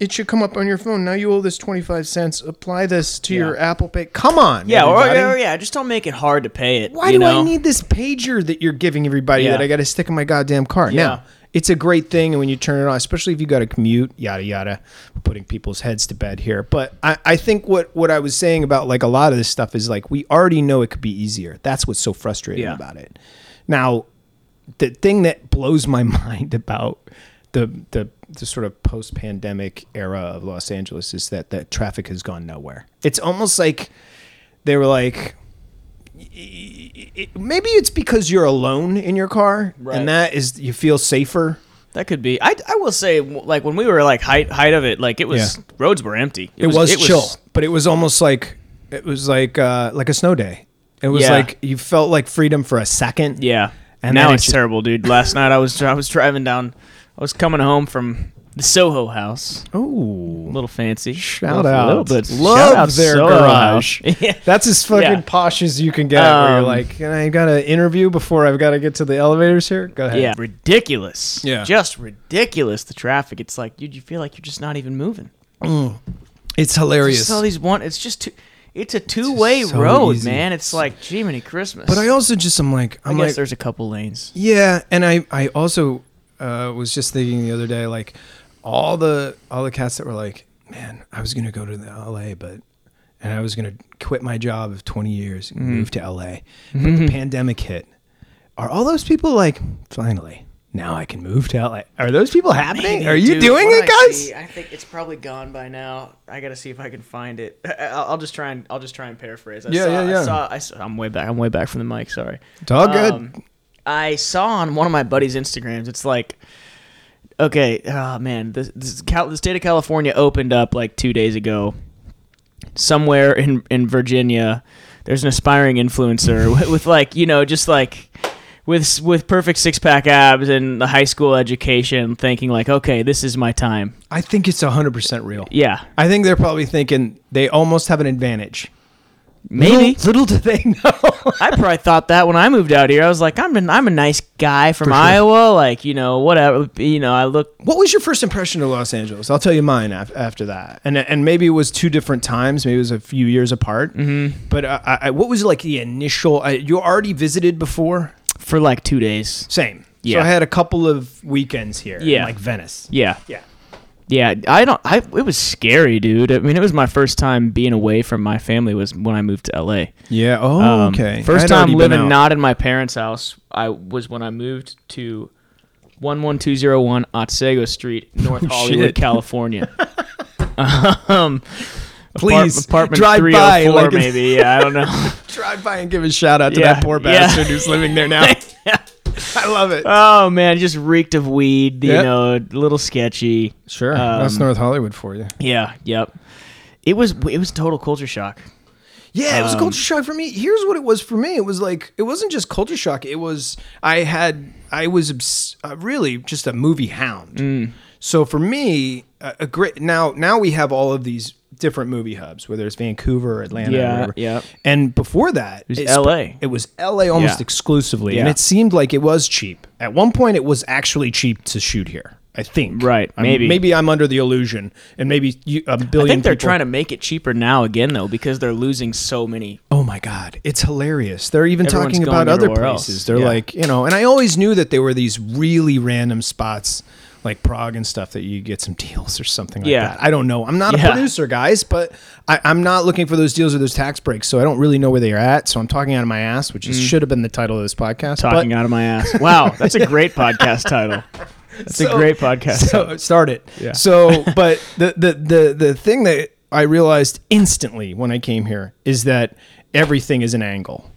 A: it should come up on your phone. Now you owe this 25 cents. Apply this to your Apple Pay. Come on.
B: Yeah, or,
A: everybody.
B: or yeah, just don't make it hard to pay it.
A: Why
B: you
A: do
B: know?
A: I need this pager that you're giving everybody
B: Yeah.
A: that I got to stick in my goddamn car?
B: Yeah.
A: Now, it's a great thing, and when you turn it on, especially if you got to commute, yada yada, We're putting people's heads to bed here. But I, I think what what I was saying about like a lot of this stuff is like we already know it could be easier. That's what's so frustrating
B: Yeah.
A: about it. Now, the thing that blows my mind about the the the sort of post-pandemic era of Los Angeles is that that traffic has gone nowhere. It's almost like they were like it- maybe it's because you're alone in your car
B: Right.
A: and that is you feel safer.
B: That could be. I, I will say, like when we were like height height of it, like it was
A: Yeah.
B: roads were empty.
A: It was, chill, but it was almost like it was like uh like a snow day. It was
B: Yeah.
A: like you felt like freedom for a second.
B: Yeah.
A: And
B: And now
A: then it
B: it's
A: ju-
B: terrible, dude. Last night I was I was driving down, I was coming home from the Soho House,
A: Oh.
B: a little fancy.
A: Shout
B: a
A: out.
B: little- little bit.
A: Love
B: Shout out
A: their
B: Soho
A: garage.
B: House. yeah.
A: That's as fucking
B: Yeah.
A: posh as you can get. where you're
B: Um,
A: like, and I got an interview before I've got to get to the elevators here. Go ahead.
B: Yeah. Ridiculous.
A: Yeah.
B: Just ridiculous. The traffic. It's like, dude, you feel like you're just not even moving.
A: Mm. It's hilarious.
B: Just all these one. It's just two. It's a two way
A: so
B: road,
A: easy.
B: man. It's like, Jiminy Christmas.
A: But I also just I'm like
B: I
A: I'm
B: guess
A: like
B: there's a couple lanes.
A: yeah, and I I also uh, was just thinking the other day like all the all the cats that were like, man, I was gonna go to the L.A. but and I was gonna quit my job of 20 years and move to L.A. But the pandemic hit. Are all those people like finally? Now I can move to LA. Are those people happening?
B: Maybe,
A: Are you
B: dude.
A: doing
B: What
A: it,
B: I
A: guys?
B: see- I think it's probably gone by now. I gotta see if I can find it. I'll, I'll just try and I'll just try and paraphrase. I
A: Yeah,
B: saw,
A: yeah, yeah.
B: I saw, I saw, I'm way back. I'm way back from the mic. Sorry.
A: It's all Oh, good.
B: Um, I saw on one of my buddies' Instagrams. It's like, okay, oh man, this, this Cal- the state of California opened up like two days ago. Somewhere in in Virginia, there's an aspiring influencer with, with like you know just like with s- with perfect six pack abs and the high school education, thinking like, okay, this is my time.
A: I think it's 100% real.
B: Yeah,
A: I think they're probably thinking they almost have an advantage.
B: maybe.
A: Little, little do they know.
B: I probably thought that when I moved out here. I was like, I'm an, I'm a nice guy from Iowa, like you know whatever. You know, I look
A: what was your first impression of Los Angeles? I'll tell you mine af- after that. And and maybe it was two different times. Maybe it was a few years apart. Mm-hmm. But uh, I, I, what was like the initial? I, you already visited before?
B: for like two days.
A: Same.
B: Yeah.
A: So I had a couple of weekends here. in,
B: Yeah.
A: Like Venice.
B: Yeah,
A: Yeah.
B: yeah. I don't. I it was scary, dude. I mean, it was my first time being away from my family was when I moved to LA.
A: Yeah. Oh,
B: Um,
A: okay.
B: First time living not in my parents' house. I was when I moved to one one two zero one Otsego Street, North Hollywood,
A: Oh, shit.
B: California.
A: Please
B: Apart- apartment
A: drive
B: three
A: by.
B: hundred four,
A: Like maybe.
B: maybe. Yeah, I don't know.
A: drive by and give a shout out to
B: Yeah,
A: that poor
B: yeah.
A: bastard who's living there now. I love it.
B: oh man, just reeked of weed. You
A: Yeah.
B: know, a little sketchy.
A: Sure,
B: Um,
A: that's North Hollywood for you.
B: Yeah. Yep. It was it was total culture shock.
A: Yeah, it was a
B: um,
A: culture shock for me. Here's what it was for me. It was like it wasn't just culture shock. It was I had I was obs- uh, really just a movie hound.
B: Mm.
A: So for me, a, a great now now we have all of these different movie hubs, whether it's Vancouver, Atlanta,
B: Yeah,
A: whatever.
B: yeah.
A: And before that, it
B: was LA.
A: It was L.A. almost
B: Yeah.
A: exclusively, and
B: Yeah.
A: it seemed like it was cheap. At one point, it was actually cheap to shoot here. I think.
B: Right,
A: I'm-
B: maybe.
A: maybe I'm under the illusion, and maybe you, a
B: I
A: billion.
B: think they're
A: people-
B: trying to make it cheaper now again though because they're losing so many.
A: Oh my God, it's hilarious. They're even
B: Everyone's
A: talking
B: going
A: about other
B: everywhere else.
A: places. They're
B: Yeah.
A: like, you know, and I always knew that there were these really random spots like Prague and stuff that you get some deals or something like
B: Yeah.
A: that. I don't know. I'm not a
B: Yeah.
A: producer, guys, but I, I'm not looking for those deals or those tax breaks, so I don't really know where they are at. So I'm talking out of my ass, which is, should have been the title of this podcast.
B: Mm. Talking
A: but,
B: out of my ass. Wow, that's a great podcast title. That's
A: So-
B: a great podcast. title.
A: So start it.
B: Yeah.
A: So, but the, the the the thing that I realized instantly when I came here is that everything is an angle.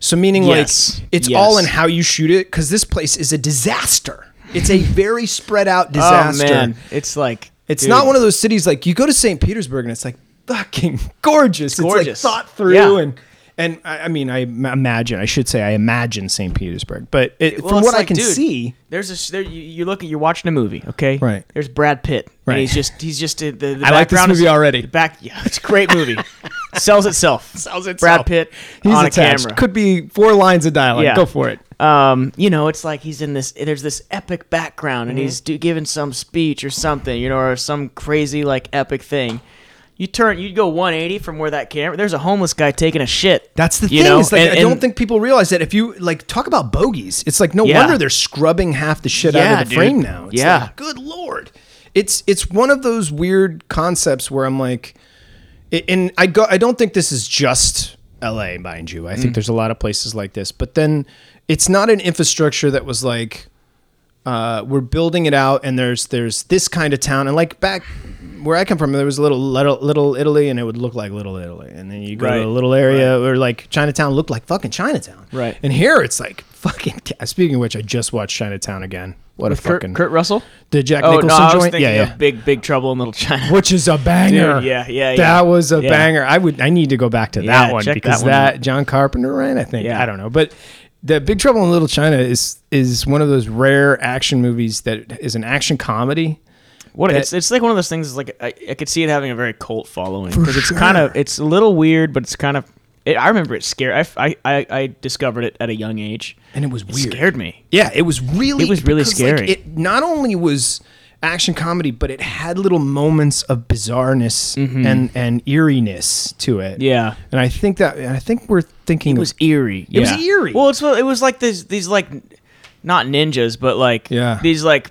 A: So meaning
B: Yes.
A: like it's
B: Yes.
A: all in how you shoot it because this place is a disaster. It's a very spread out disaster.
B: Oh man, it's like
A: It's not one of those cities like you go to St. Petersburg and it's like fucking gorgeous. It's,
B: gorgeous.
A: like thought through
B: Yeah.
A: and and I, I mean I m- imagine I should say I imagine St. Petersburg, but it,
B: Well,
A: from
B: it's
A: what I
B: like,
A: can
B: dude,
A: see,
B: There's a sh- there, you, you look at you're watching a movie, okay?
A: Right.
B: There's Brad Pitt.
A: Right.
B: And he's just he's just uh, the, the
A: I like this
B: background is-
A: movie already.
B: the back yeah, it's a great movie. Sells itself.
A: Sells itself.
B: Brad Pitt
A: he's
B: on
A: attached.
B: a camera.
A: Could be four lines of dialogue.
B: Yeah.
A: Go for it.
B: um, you know, it's like he's in this. There's this epic background, and
A: Mm-hmm.
B: he's do, giving some speech or something, you know, or some crazy like epic thing. You turn, you go 180 from where that camera. There's a homeless guy taking a shit.
A: That's the
B: you
A: thing.
B: know?
A: is like,
B: And-
A: I don't
B: and-
A: think people realize that if you like talk about bogeys, it's like no
B: Yeah.
A: wonder they're scrubbing half the shit out
B: Yeah,
A: of the frame
B: dude.
A: now. It's
B: Yeah.
A: like, good lord. It's it's one of those weird concepts where I'm like, it- and I go. I don't think this is just L.A. Mind
B: Mm.
A: you, I think there's a lot of places like this. But then it's not an infrastructure that was like uh, we're building it out, and there's there's this kind of town, and like back where I come from, there was a little little, little Italy, and it would look like little Italy, and then you go
B: Right.
A: to a little area where like Chinatown looked like fucking Chinatown,
B: Right.
A: And here it's like fucking. Speaking of which, I just watched Chinatown again. What a
B: Kurt,
A: fucking
B: Kurt Russell.
A: the Jack
B: Oh
A: Nicholson
B: no, I was
A: joint,
B: thinking
A: yeah, yeah.
B: of Big Big Trouble in Little China.
A: which is a banger.
B: Dude, yeah, yeah,
A: that
B: yeah.
A: was a
B: Yeah.
A: banger. I would, I need to go back to
B: Yeah,
A: that one
B: check
A: because
B: that one
A: that, John Carpenter ran, I think.
B: Yeah.
A: I don't know, but the Big Trouble in Little China is is one of those rare action movies that is an action comedy.
B: What
A: That-
B: it's it's like one of those things. Like I, I could see it having a very cult following because it's kind of it's a little weird, but it's kind of. It, I remember it scared. I, f- I- I- I discovered it at a young age,
A: And it was
B: It
A: weird.
B: scared me.
A: Yeah, it was really.
B: It was really
A: because, like,
B: scary.
A: it not only was action comedy, but it had little moments of bizarreness and and eeriness to it.
B: Mm-hmm. Yeah,
A: and I think that and I think we're thinking
B: it
A: of-
B: was eerie.
A: It was
B: yeah.
A: eerie.
B: Well, it's it was like these these like not ninjas, but like
A: Yeah.
B: these like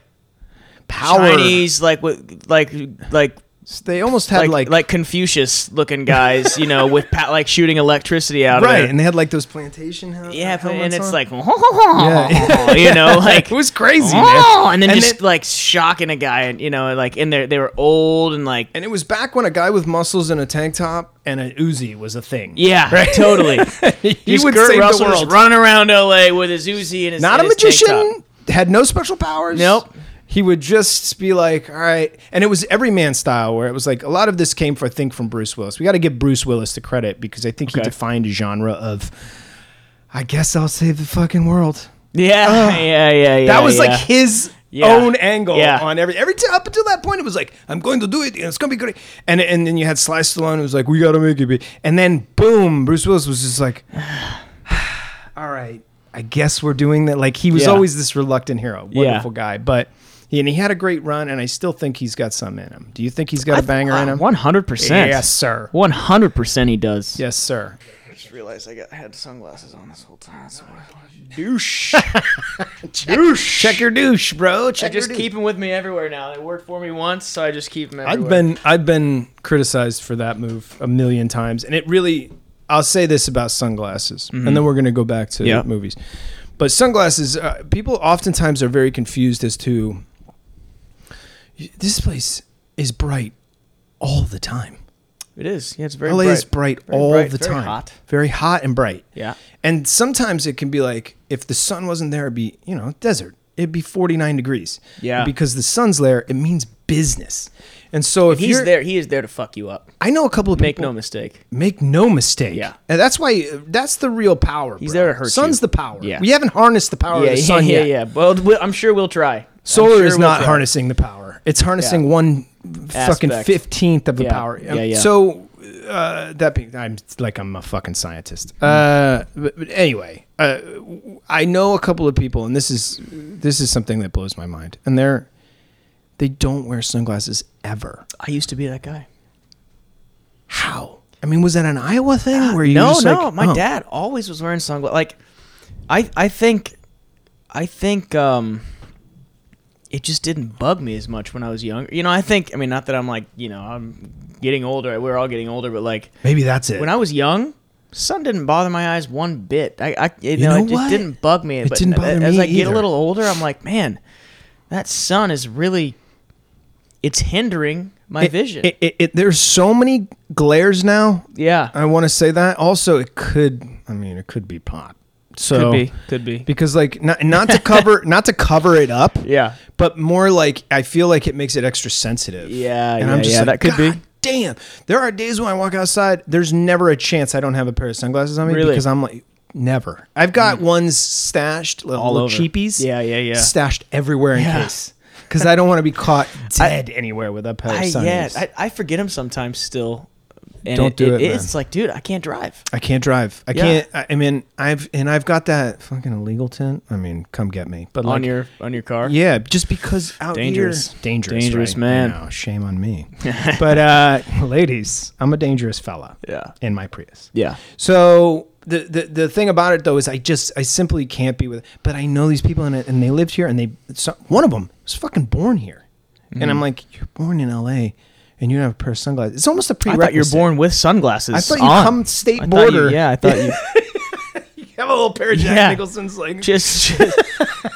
A: power.
B: Chinese like with like like
A: They almost had
B: like
A: like
B: like, Confucius looking guys, you know, with pa- like shooting electricity out
A: right,
B: of it.
A: and they had like those plantation. hel-
B: uh, Yeah, but- and
A: helmets
B: it's
A: on.
B: like,
A: Yeah.
B: you know, like
A: it was crazy,
B: oh,
A: man.
B: and then just like shocking a guy, and you know, like and they they were old and like
A: and it was back when a guy with muscles and a tank top and an Uzi was a thing.
B: yeah, totally.
A: he
B: Just
A: would
B: Kurt
A: save
B: Russell
A: the
B: was
A: world.
B: running around L.A. with his Uzi and his
A: Not a
B: and his tank top.
A: magician, had no special powers.
B: Nope.
A: He would just be like, all right. And it was everyman style where it was like a lot of this came for I think from Bruce Willis. We got to give Bruce Willis the credit because I think he
B: Okay.
A: defined a genre of I guess I'll save the fucking world.
B: Yeah, yeah, yeah, yeah.
A: That was
B: yeah.
A: like his
B: Yeah.
A: own angle
B: Yeah.
A: on every every t- up until that point. It was like I'm going to do it, and it's going to be great. And and then you had Sly Stallone. It was like we got to make it big. And then boom, Bruce Willis was just like, all right, I guess we're doing that. Like he was
B: Yeah.
A: always this reluctant hero,
B: Yeah.
A: wonderful guy, but. He, and he had a great run, and I still think he's got some in him. Do you think he's got a banger in him?
B: One hundred percent.
A: Yes, sir.
B: One hundred percent. He does.
A: Yes, sir.
B: just realized I got had sunglasses on this whole time. So
A: Douche. douche. Check your douche, bro. Check
B: I just
A: your douche.
B: keep them with me everywhere now. They worked for me once, so I just keep them. Everywhere.
A: I've been I've been criticized for that move a million times, and it really. I'll say this about sunglasses, and then we're going to go back to
B: Mm-hmm. Yeah.
A: movies. But sunglasses, uh, people oftentimes are very confused as to this place is bright all the time.
B: It is. Yeah, it's very.
A: LA
B: bright.
A: is bright
B: Very
A: all
B: bright,
A: the
B: very
A: time,
B: hot.
A: very hot and bright.
B: Yeah.
A: And sometimes it can be like if the sun wasn't there, it'd be you know desert. It'd be 49 degrees.
B: Yeah.
A: Because the sun's there, it means business. And so if
B: He's
A: you're,
B: there. He is there to fuck you up.
A: I know a couple of
B: Make
A: people
B: no mistake.
A: make no mistake.
B: Yeah.
A: and that's why uh, that's the real power. He's
B: there to hurt
A: Sun's
B: you.
A: the power.
B: Yeah.
A: we haven't harnessed the power
B: Yeah,
A: of the
B: yeah,
A: sun
B: yeah,
A: yet.
B: yeah. Well, we- I'm sure we'll try. I'm
A: Solar
B: sure
A: is
B: we'll
A: not
B: try.
A: harnessing the power. It's harnessing
B: Yeah.
A: one fucking
B: Aspect.
A: fifteenth of the
B: Yeah.
A: power.
B: Yeah, yeah.
A: So uh, that being, I'm like I'm a fucking scientist.
B: Mm.
A: Uh, but, but anyway, uh, w- I know a couple of people, and this is this is something that blows my mind, and they're they don't wear sunglasses ever.
B: I used to be that guy.
A: How? I mean, was that an Iowa thing where you
B: Uh, no,
A: just
B: no.
A: like,
B: my
A: oh.
B: dad always was wearing sunglasses. Like, I, I think, I think, um, it just didn't bug me as much when I was younger. You know, I think. I mean, not that I'm like, you know, I'm getting older. We're all getting older, but like
A: Maybe that's it.
B: when I was young, sun didn't bother my eyes one bit. I, I you, know,
A: know
B: it just
A: what?
B: didn't bug me.
A: It
B: but
A: didn't bother
B: as
A: me
B: I get
A: either.
B: a little older, I'm like, man, that sun is really, it's hindering my
A: It-
B: vision.
A: It, it, it, there's so many glares now.
B: yeah,
A: I want to say that. Also, it could. I mean, it could be pot.
B: could
A: So
B: be, could be.
A: because like not, not to cover not to cover it up.
B: Yeah.
A: But more like I feel like it makes it extra sensitive.
B: Yeah, yeah, yeah, that could be.
A: "God Damn. There are days when I walk outside. There's never a chance I don't have a pair of sunglasses on me
B: Really? Mm.
A: because I'm like. Never. I've got ones stashed, little,
B: All
A: little
B: over.
A: cheapies.
B: Yeah, yeah, yeah.
A: Stashed everywhere in
B: Yeah.
A: case, because I don't want to be caught dead anywhere with a pair of
B: I,
A: sunglasses.
B: yeah, I, I forget him sometimes still. And
A: Don't do it, man.
B: It's like, dude, I can't drive.
A: I can't drive. I
B: Yeah.
A: can't. I, I mean, I've and I've got that fucking illegal tent. I mean, come get me. But
B: on
A: like,
B: your on your car.
A: yeah, just because out
B: Dangerous.
A: here, dangerous,
B: Dangerous,
A: right?
B: man.
A: I know, shame on me. but uh, ladies, I'm a dangerous fella.
B: Yeah.
A: in my Prius.
B: Yeah.
A: So the, the the thing about it though is I just I simply can't be with. But I know these people and and they lived here and they so, one of them was fucking born here, and I'm like, you're born in L.A. and you don't have a pair of sunglasses. It's almost a
B: I
A: prerequisite.
B: thought you were born with sunglasses.
A: I thought you
B: on.
A: come state
B: I thought you-
A: border.
B: yeah, I thought you.
A: have a little pair of Jack
B: Yeah.
A: Nicholson's like
B: just just,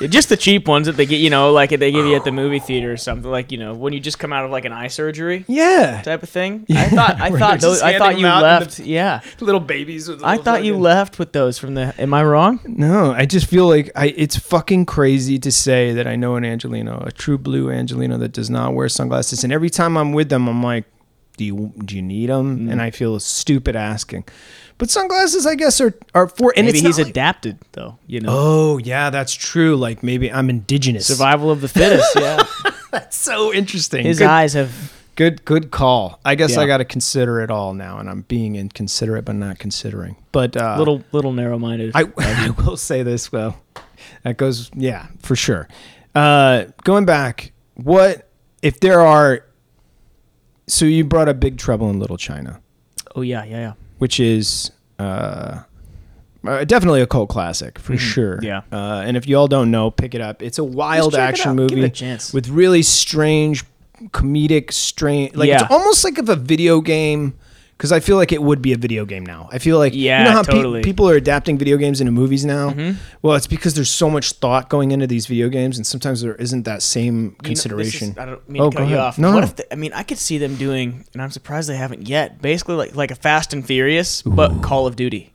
B: just the cheap ones that they get you know like they give you at the movie theater or something like you know when you just come out of like an eye surgery
A: yeah,
B: type of thing i thought i
A: where they're
B: thought those
A: just
B: i thought
A: handing
B: you
A: them out in
B: left yeah
A: little babies with.
B: i
A: little
B: thought you
A: fucking-
B: left with those from the am i wrong
A: No, I just feel like I. It's fucking crazy to say that I know an Angelino, a true blue Angelino that does not wear sunglasses. And every time I'm with them, I'm like, "Do you do you need them?"
B: Mm-hmm.
A: And I feel stupid asking. But sunglasses, I guess, are are for. And
B: maybe
A: it's not
B: he's
A: like-
B: adapted though you know
A: Oh yeah, that's true. Like maybe I'm indigenous.
B: survival of the fittest yeah
A: That's so interesting.
B: his
A: good,
B: eyes have
A: good good call. I guess I
B: Yeah.
A: got to consider it all now, and I'm being inconsiderate, but not considering. But uh,
B: little little narrow-minded
A: I, I will say this well that goes yeah for sure uh going back what if there are so you brought up big trouble in little china
B: oh yeah yeah yeah
A: which is uh uh, definitely a cult classic for sure.
B: Mm-hmm. Yeah.
A: Uh, and if you all don't know, pick it up. It's a wild
B: check it
A: action
B: out. Give it
A: movie
B: a chance.
A: with really strange, comedic, strange. Like
B: Yeah.
A: it's almost like of a video game because I feel like it would be a video game now. I feel like you
B: Yeah,
A: know how pe-
B: totally. Mm-hmm.
A: people are adapting video games into movies now. Well, it's because there's so much thought going into these video games, and sometimes there isn't that same
B: You know, this is-
A: consideration.
B: I don't mean
A: Oh,
B: to
A: go
B: cut you
A: ahead.
B: off.
A: No,
B: what
A: no.
B: if they, I mean I could see them doing, and I'm surprised they haven't yet. Basically, like like a Fast and Furious, but Call of Duty.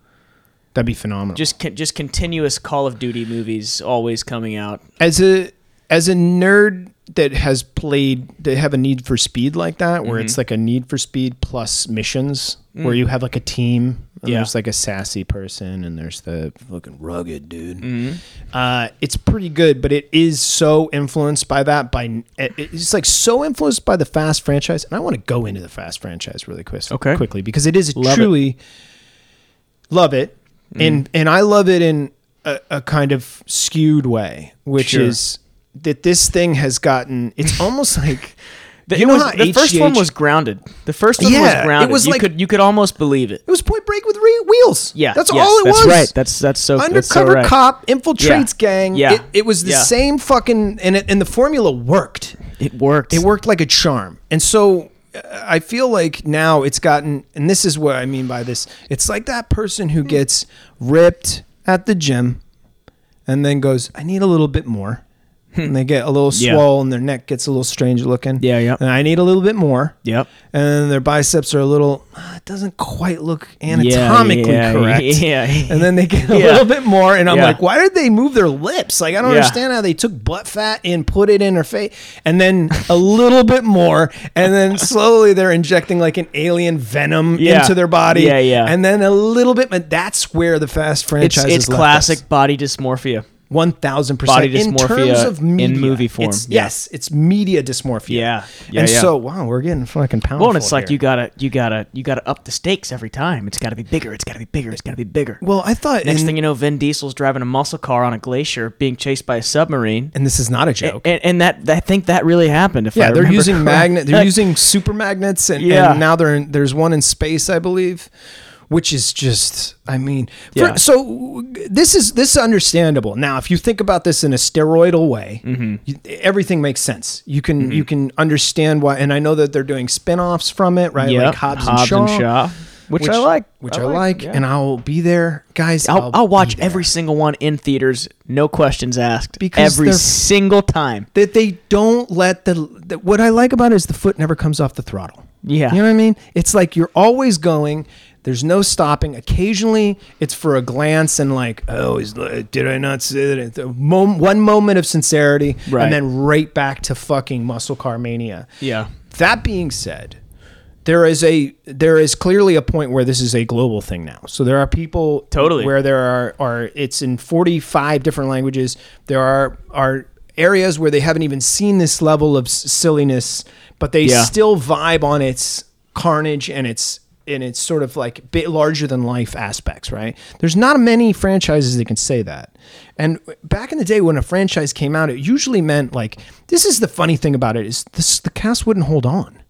A: That'd be phenomenal.
B: Just con- just continuous Call of Duty movies always coming out.
A: as a as a nerd that has played that have a need for speed like that where
B: Mm-hmm.
A: it's like a need for speed plus missions where you have like a team and
B: Mm. Yeah.
A: there's like a sassy person and there's the fucking rugged dude
B: Mm-hmm.
A: uh, it's pretty good but it is so influenced by that by it- it's like so influenced by the fast franchise and i want to go into the fast franchise really quick
B: Okay.
A: quickly because it is
B: Love it.
A: truly love it
B: Mm.
A: and and i love it in a, a kind of skewed way which
B: Sure.
A: is that this thing has gotten it's almost like
B: The,
A: you
B: it
A: know
B: was-
A: how
B: the first one
A: HGH
B: was grounded. The first one
A: Yeah,
B: was
A: it
B: grounded.
A: was
B: you
A: like-
B: could you could almost believe it.
A: it was point break with re- wheels
B: Yeah,
A: that's
B: yes,
A: all it
B: that's
A: was
B: Right. That's that's so that's so
A: undercover
B: right.
A: cop infiltrates gang
B: Yeah.
A: it, it was the
B: Yeah.
A: same fucking and it, and the formula worked
B: It worked.
A: it worked like a charm and so uh, i feel like now it's gotten and this is what i mean by this it's like that person who gets ripped at the gym and then goes i need a little bit more and they get a little
B: Hmm. Yeah.
A: swole and their neck gets a little strange looking
B: Yeah, yeah.
A: and i need a little bit more
B: Yep.
A: and then their biceps are a little uh, it doesn't quite look anatomically
B: yeah,
A: correct
B: Yeah.
A: and then they get a
B: Yeah.
A: little bit more and i'm
B: Yeah.
A: like why did they move their lips like i don't
B: Yeah.
A: understand how they took butt fat and put it in her face and then a little bit more and then slowly they're injecting like an alien venom
B: Yeah.
A: into their body
B: Yeah, yeah.
A: and then a little bit but that's where the fast
B: it's
A: franchise
B: it's
A: has left
B: classic
A: us.
B: body dysmorphia.
A: 1000%
B: Body
A: in terms
B: dysmorphia
A: of
B: in
A: media,
B: movie form.
A: it's-
B: Yeah.
A: yes it's media dysmorphia
B: Yeah. Yeah,
A: and
B: yeah.
A: so wow we're getting fucking powerful
B: Well, and it's like
A: here.
B: you gotta you gotta you gotta up the stakes every time. It's gotta be bigger. It's gotta be bigger. It's gotta be bigger.
A: well i thought
B: Next
A: and,
B: thing you know, Vin Diesel's driving a muscle car on a glacier, being chased by a submarine,
A: and this is not a joke
B: and, and that I think that really happened. If I
A: Yeah, they're
B: remember
A: using
B: correct.
A: magnet. They're using super magnets, and,
B: Yeah.
A: and now they're in, there's one in space, I believe, which is just. I mean, for-
B: Yeah.
A: so w- this is this is understandable. Now, if you think about this in a steroidal way,
B: Mm-hmm.
A: you- everything makes sense. You can you can understand why, and I know that they're doing spin-offs from it, right?
B: Yep.
A: Like Hobbs, and Shaw.
B: which, I like,
A: Which I, like,
B: yeah.
A: and I'll be there, guys.
B: I'll, I'll
A: be
B: watch
A: there.
B: every single one in theaters, no questions asked,
A: Because
B: every
A: they're-
B: single time.
A: that they don't let the, the what I like about it is the foot never comes off the throttle.
B: Yeah.
A: You know what I mean? It's like you're always going. There's no stopping. Occasionally, it's for a glance and like, oh, is, did I not say that? It's a mom- One moment of sincerity,
B: Right.
A: and then right back to fucking muscle car mania.
B: Yeah,
A: That being said, there is a there is clearly a point where this is a global thing now. So there are people
B: Totally.
A: where there are are it's in 45 different languages. There are are areas where they haven't even seen this level of s- silliness, but they
B: Yeah.
A: still vibe on its carnage and its and its sort of like bit larger than life aspects, right? There's not many franchises that can say that. And back in the day when a franchise came out, it usually meant like this is the funny thing about it is this the cast wouldn't hold on.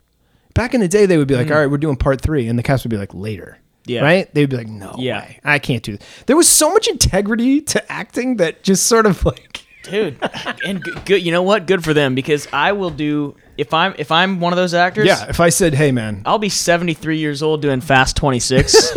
A: Back in the day, they would be like, "All right, we're doing part three. and the cast would be like, "Later."
B: Mm. Yeah.
A: Right? They'd be like, "No,
B: Yeah.
A: way. I can't do." This. There was so much integrity to acting that just sort of like,
B: dude, and g- good. You know what? Good for them because I will do if I'm if I'm one of those actors.
A: yeah. If I said, "Hey, man,
B: I'll be 73 years old doing Fast 26.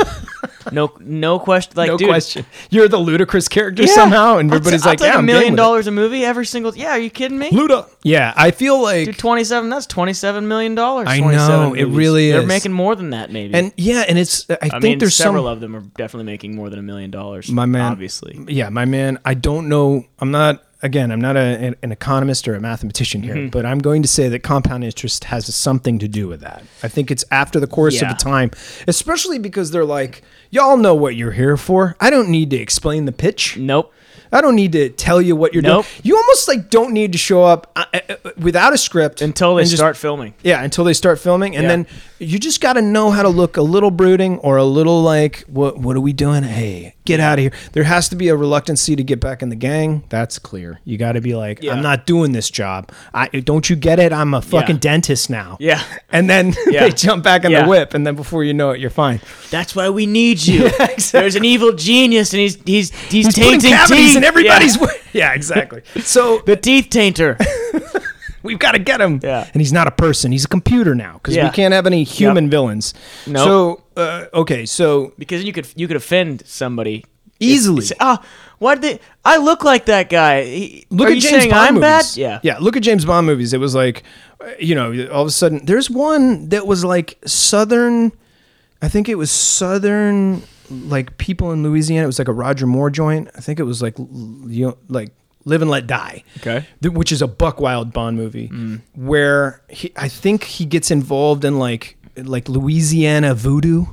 B: No, no question. Like,
A: no
B: dude,
A: question. You're the ludicrous character
B: yeah,
A: somehow, and
B: I'll t-
A: everybody's
B: I'll
A: like,
B: take
A: "Yeah,
B: a
A: I'm game
B: million
A: with it."
B: dollars a movie every single. Yeah, are you kidding me?
A: Luda. Yeah, I feel like
B: Dude, twenty-seven. That's twenty-seven million dollars.
A: I know, it really
B: They're
A: is.
B: making more than that, maybe.
A: and yeah, and it's I,
B: I
A: think
B: mean,
A: there's
B: several
A: some
B: of them are definitely making more than a million dollars.
A: my man
B: obviously.
A: yeah my man i don't know i'm not again i'm not a, an, an economist or a mathematician
B: Mm-hmm.
A: here but i'm going to say that compound interest has something to do with that i think it's after the course
B: Yeah.
A: of a time especially because they're like y'all know what you're here for i don't need to explain the pitch
B: Nope.
A: i don't need to tell you what you're
B: Mm. Nope.
A: doing you almost like don't need to show up uh, uh, uh, without a script
B: Until they
A: and just-
B: start filming.
A: yeah, until they start filming, and
B: Yeah.
A: then you just got to know how to look a little brooding or a little like, what What are we doing? Hey, get out of here. There has to be a reluctancy to get back in the gang. That's clear. You got to be like,
B: Yeah.
A: I'm not doing this job. I don't you get it? I'm a fucking
B: Yeah.
A: dentist now.
B: Yeah.
A: And then
B: Yeah.
A: they jump back in
B: Yeah.
A: the whip, and then before you know it, you're fine.
B: That's why we need you. There's an evil genius, and he's he's he's,
A: He's putting
B: tainting
A: cavities
B: teeth.
A: in everybody's.
B: Yeah.
A: Yeah, yeah exactly. So
B: The teeth tainter.
A: we've got to get him.
B: Yeah.
A: And he's not a person. He's a computer now because
B: Yeah.
A: we can't have any human villains.
B: Nope.
A: So uh, okay, so
B: because you could you could offend somebody
A: easily.
B: Say, Ah, why did they? I look like that guy. He-
A: Look
B: are
A: at
B: you
A: James
B: saying
A: Bond
B: I'm
A: movies.
B: bad? Yeah.
A: yeah. Look at James Bond movies. It was like, uh, you know, all of a sudden there's one that was like Southern. I think it was Southern, like people in Louisiana. It was like a Roger Moore joint. I think it was like, l- you know, like Live and Let Die.
B: Okay. Mm.
A: Th- which is a Buck Wild Bond movie, where he, I think he gets involved in like like Louisiana voodoo.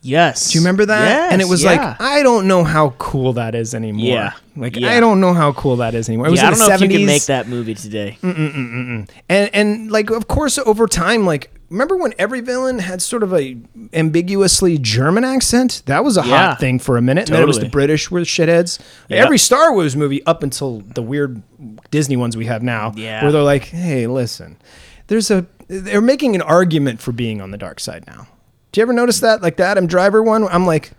B: Yes.
A: Do you remember that?
B: Yes,
A: and it was
B: yeah.
A: like I don't know how cool that is anymore.
B: Yeah.
A: Like
B: Yeah.
A: I don't know how cool that is anymore. It was
B: yeah, I
A: in
B: don't
A: the
B: know if you
A: 70s.
B: can make that movie today.
A: and and like of course over time like remember when every villain had sort of a ambiguously german accent that was a
B: Yeah.
A: hot thing for a minute and then it was the
B: Totally.
A: british were shitheads
B: Yeah.
A: every star wars movie up until the weird disney ones we have now
B: Yeah.
A: where they're like hey listen there's a they're making an argument for being on the dark side now do you ever notice that like the adam driver one i'm like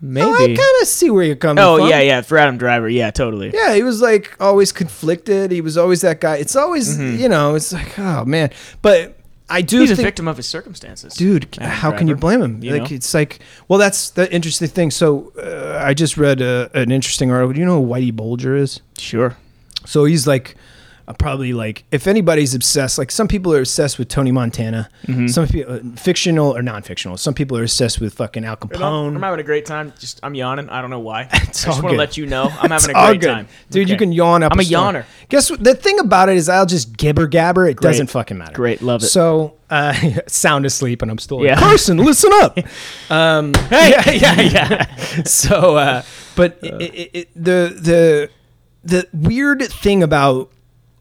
B: Maybe.
A: oh, i kind of see where you're coming
B: oh
A: from
B: yeah, yeah. For Adam Driver, yeah, totally.
A: yeah, he was like always conflicted. He was always that guy. It's always you know, it's like oh man. But I do
B: Mm-hmm. He's a
A: think,
B: victim of his circumstances,
A: dude,
B: Adam
A: how can you
B: Driver.
A: blame him?
B: You
A: like
B: know?
A: it's like well, that's the interesting thing. So uh, I just read uh an interesting article. Do you know who Whitey Bulger is?
B: Sure.
A: So he's like uh, probably like if anybody's obsessed, like some people are obsessed with Tony Montana,
B: Mm-hmm.
A: some people uh, fictional or non-fictional. Some people are obsessed with fucking Al
B: You know,
A: Capone.
B: I'm having a great time. Just I'm yawning. I don't know why. I just
A: all
B: want to
A: good.
B: let you know I'm having a
A: It's all
B: great
A: good.
B: time,
A: dude. You
B: Okay.
A: can yawn up.
B: I'm a
A: storm.
B: yawner.
A: Guess what? The thing about it is, I'll just gibber gabber. It
B: Great.
A: doesn't fucking matter.
B: Great. Love it.
A: So uh, sound asleep, and I'm still like,
B: Yeah.
A: Carson. Listen up. um,
B: Hey!
A: Yeah, yeah, yeah. so, uh, but i i i the the the weird thing about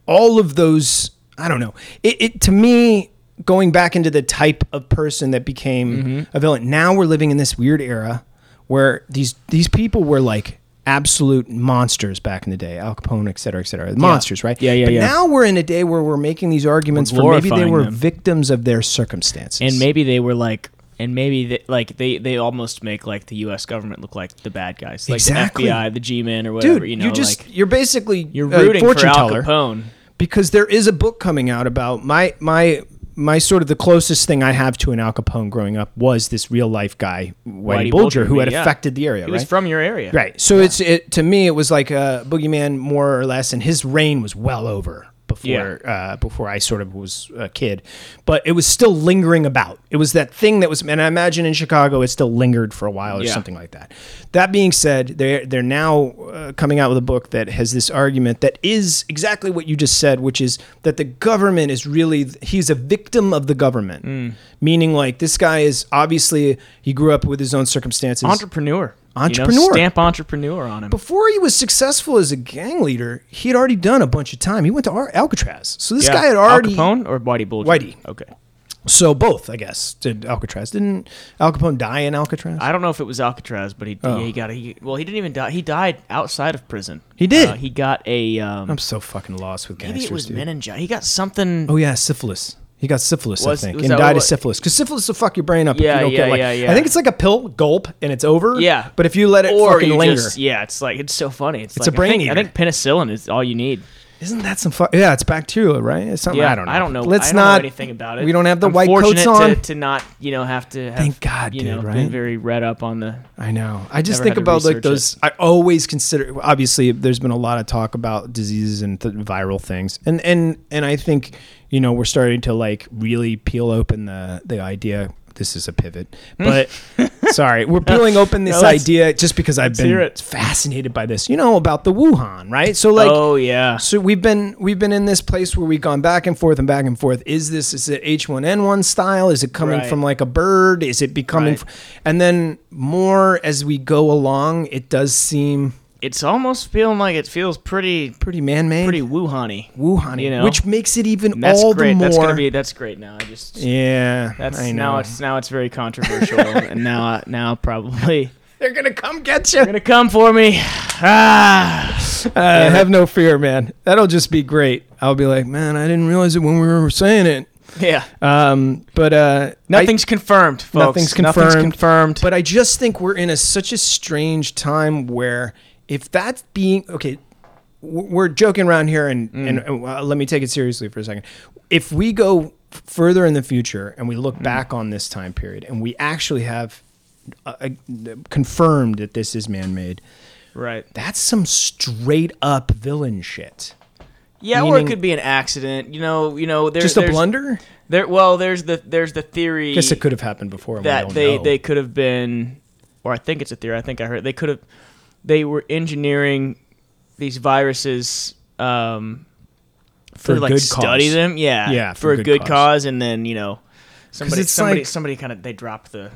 A: all of those, I don't know. It, it to me. Going back into the type of person that became
B: Mm-hmm.
A: a villain. Now we're living in this weird era where these these people were like absolute monsters back in the day, Al Capone, et cetera, et cetera. Monsters, right?
B: Yeah, yeah,
A: But
B: yeah.
A: now we're in a day where we're making these arguments
B: We're
A: for maybe they
B: glorifying
A: were
B: them.
A: victims of their circumstances.
B: and maybe they were like. And maybe they, like they, they almost make like the U.S. government look like the bad guys, like
A: Exactly.
B: the FBI, the G-men, or whatever.
A: dude,
B: you know,
A: are just
B: like
A: you're basically
B: you're
A: a
B: rooting for
A: fortune
B: Al
A: teller.
B: Capone.
A: because there is a book coming out about my my my sort of the closest thing I have to an Al Capone growing up was this real life guy Whitey,
B: Whitey
A: Bulger
B: Bulger,
A: who had
B: yeah.
A: affected the area.
B: He
A: right?
B: was from your area,
A: Right. So it's it to me it was like a boogeyman more or less, and his reign was well over before uh, before I sort of was a kid, but it was still lingering about. It was that thing that was, and I imagine in Chicago it still lingered for a while or
B: Yeah.
A: something like that. That being said, they're they're now uh, coming out with a book that has this argument that is exactly what you just said, which is that the government is really he's a victim of the government,
B: Mm.
A: meaning like this guy is obviously he grew up with his own circumstances.
B: entrepreneur. you know,
A: Entrepreneur.
B: stamp entrepreneur on him.
A: before he was successful as a gang leader, he had already done a bunch of time. He went to Ar- Alcatraz, so this
B: Yeah.
A: guy had already.
B: Al Capone or Whitey Bulger.
A: Whitey.
B: Okay.
A: So both, I guess, did Alcatraz. Didn't Al Capone die in Alcatraz?
B: I don't know if it was Alcatraz, but he
A: Oh.
B: yeah, he got a he, well. He didn't even die. He died outside of prison.
A: He did.
B: Uh, he got a um,
A: I'm so fucking lost with
B: maybe
A: gangsters.
B: it was
A: dude.
B: meningitis. He got something.
A: Oh yeah, syphilis. He got syphilis,
B: Was-
A: I think,
B: was
A: and
B: that
A: died
B: what-
A: of syphilis because syphilis will fuck your brain up. if
B: Yeah,
A: you don't
B: yeah,
A: get, like,
B: yeah, yeah.
A: I think it's like a pill gulp and it's over.
B: Yeah.
A: but if you let it
B: or
A: fucking
B: you
A: linger,
B: just- yeah, it's like it's so funny. It's,
A: It's a
B: like, I
A: brain
B: think- I
A: eater.
B: think penicillin is all you need.
A: Isn't that some fu- Yeah, it's bacteria, right? It's something I don't know.
B: I don't know.
A: Let's
B: I don't know
A: not
B: anything about it.
A: we don't have the
B: I'm
A: white coats
B: fortunate
A: on.
B: to, to not, you know, have to. Have,
A: Thank God,
B: you
A: dude,
B: know, been
A: right?
B: very read up on the.
A: I know. I just
B: Never
A: think
B: had to
A: about like
B: research
A: those. I always consider. Obviously, there's been a lot of talk about diseases and th- viral things, and and and I think you know we're starting to like really peel open the the idea. This is a pivot, but sorry, we're peeling open this
B: Hmm. No, let's-
A: idea just because I've been
B: hear it.
A: fascinated by this. You know about the Wuhan, right? So like,
B: oh yeah,
A: so we've been we've been in this place where we've gone back and forth and back and forth. Is this is it H one N one style? Is it coming
B: Right.
A: from like a bird? Is it becoming?
B: Right.
A: f- and then more as we go along, it does seem
B: it's almost feeling like it feels pretty,
A: pretty man made,
B: pretty Wuhan-y.
A: Wuhan,
B: you know?
A: which makes it even
B: And that's
A: all
B: great.
A: the more.
B: That's gonna be that's great. Now I just
A: yeah,
B: that's
A: I know.
B: now it's now it's very controversial, and now I- now probably
A: They're gonna come get you.
B: gonna come for me. Ah,
A: Uh, have no fear, man. That'll just be great. I'll be like, man, I didn't realize it when we were saying it.
B: yeah.
A: Um, but uh, I-
B: Nothing's confirmed, folks.
A: Nothing's confirmed.
B: confirmed.
A: But I just think we're in a such a strange time where if that's being okay, w- we're joking around here, and
B: Mm.
A: and uh, let me take it seriously for a second. If we go f- further in the future and we look
B: Mm.
A: back on this time period, and we actually have uh, uh, confirmed that this is man-made,
B: right.
A: that's some straight-up villain shit.
B: Yeah, or
A: Meaning-
B: it could be an accident. You know, you know, there's
A: Just a
B: there's- e
A: blunder.
B: There, well, there's the there's the theory
A: Guess it could have happened before. and we
B: that
A: don't
B: they
A: know.
B: they could have been, or I think it's a theory. I think I heard they could have, they were engineering these viruses um,
A: For
B: to, like
A: good
B: study
A: cause.
B: them. Yeah,
A: Yeah,
B: for, a good, cause. and then you know. Somebody,
A: it's
B: somebody,
A: like-
B: somebody kind of they dropped the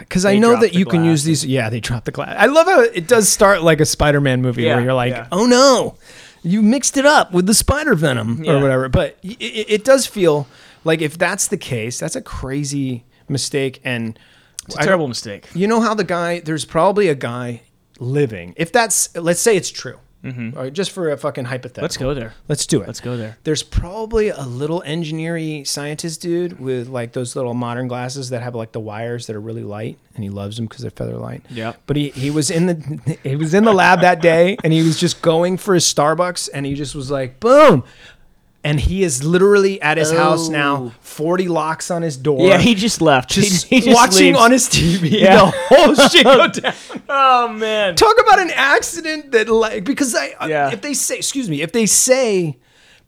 A: Because I
B: They
A: know
B: drop
A: that
B: the
A: you can use
B: glass
A: these. Yeah, they drop the glass. I love how it does start like a Spider-Man movie
B: Yeah,
A: where you're like,
B: yeah.
A: "Oh no, you mixed it up with the spider venom or
B: Yeah.
A: whatever." But it, it does feel like if that's the case, that's a crazy mistake. And
B: it's a
A: I-
B: terrible mistake.
A: you know how the guy? There's probably a guy living. If that's let's say it's true, All right, just for a fucking hypothetical.
B: Mm-hmm. Let's go there.
A: Let's do it.
B: Let's go there.
A: There's probably a little engineery scientist dude with like those little modern glasses that have like the wires that are really light, and he loves them because they're feather light.
B: Yeah.
A: But he, he was in the he was in the lab that day, and he was just going for his Starbucks, and he just was like, boom. And he is literally at his house now,
B: Oh.
A: 40 locks on his door.
B: Yeah, he just left.
A: just,
B: he, he just
A: watching
B: leaves.
A: on his TV
B: Yeah.
A: the whole shit go down
B: Oh man,
A: talk about an accident that like because I I-
B: Yeah.
A: if they say excuse me if they say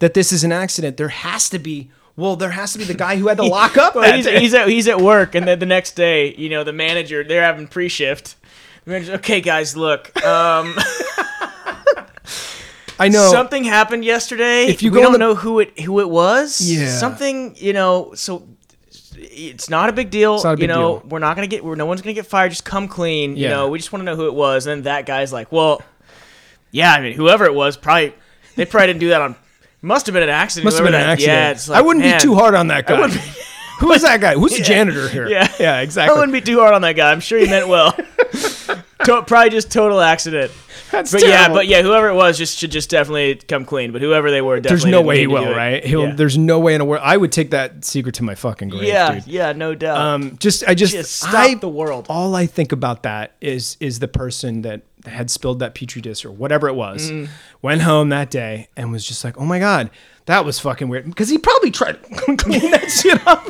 A: that this is an accident there has to be well there has to be the guy who had to lock up
B: Well,
A: that
B: he's,
A: day.
B: he's at he's at work, and then the next day, you know, the manager they're having pre shift. The manager's, okay, guys, look, um,
A: I know
B: something happened yesterday.
A: If you
B: we
A: go on
B: don't
A: the-
B: know who it who it was.
A: Yeah.
B: something you know. So it's not a big deal.
A: not a big
B: you know,
A: deal.
B: we're not gonna get. We're, no one's gonna get fired. Just come clean.
A: Yeah.
B: You know, we just want to know who it was. And then that guy's like, well, yeah, I mean, whoever it was, probably they probably didn't do that on. Must have been an accident.
A: must have been
B: whoever
A: an
B: that-
A: accident
B: Yeah, it's like,
A: I wouldn't
B: man,
A: be too hard on that guy
B: wouldn't
A: who is that guy who's the janitor here
B: Yeah.
A: yeah
B: I
A: exactly
B: wouldn't be too hard on that guy. I'm sure he meant well. to- probably just total accident.
A: That's
B: But yeah,
A: terrible.
B: but yeah, whoever it was just should just definitely come clean. But whoever they were,
A: there's
B: definitely
A: no
B: didn't
A: way
B: need
A: he
B: to do
A: will
B: it.
A: right he'll
B: yeah,
A: there's no way in a world I would take that secret to my fucking grave
B: yeah,
A: dude
B: yeah, no doubt.
A: um just I just,
B: just stop
A: I-
B: the world.
A: all I think about that is is the person that had spilled that petri dish or whatever it was,
B: Mm.
A: went home that day and was just like, "Oh my god, that was fucking weird." Because he probably tried to clean that shit up,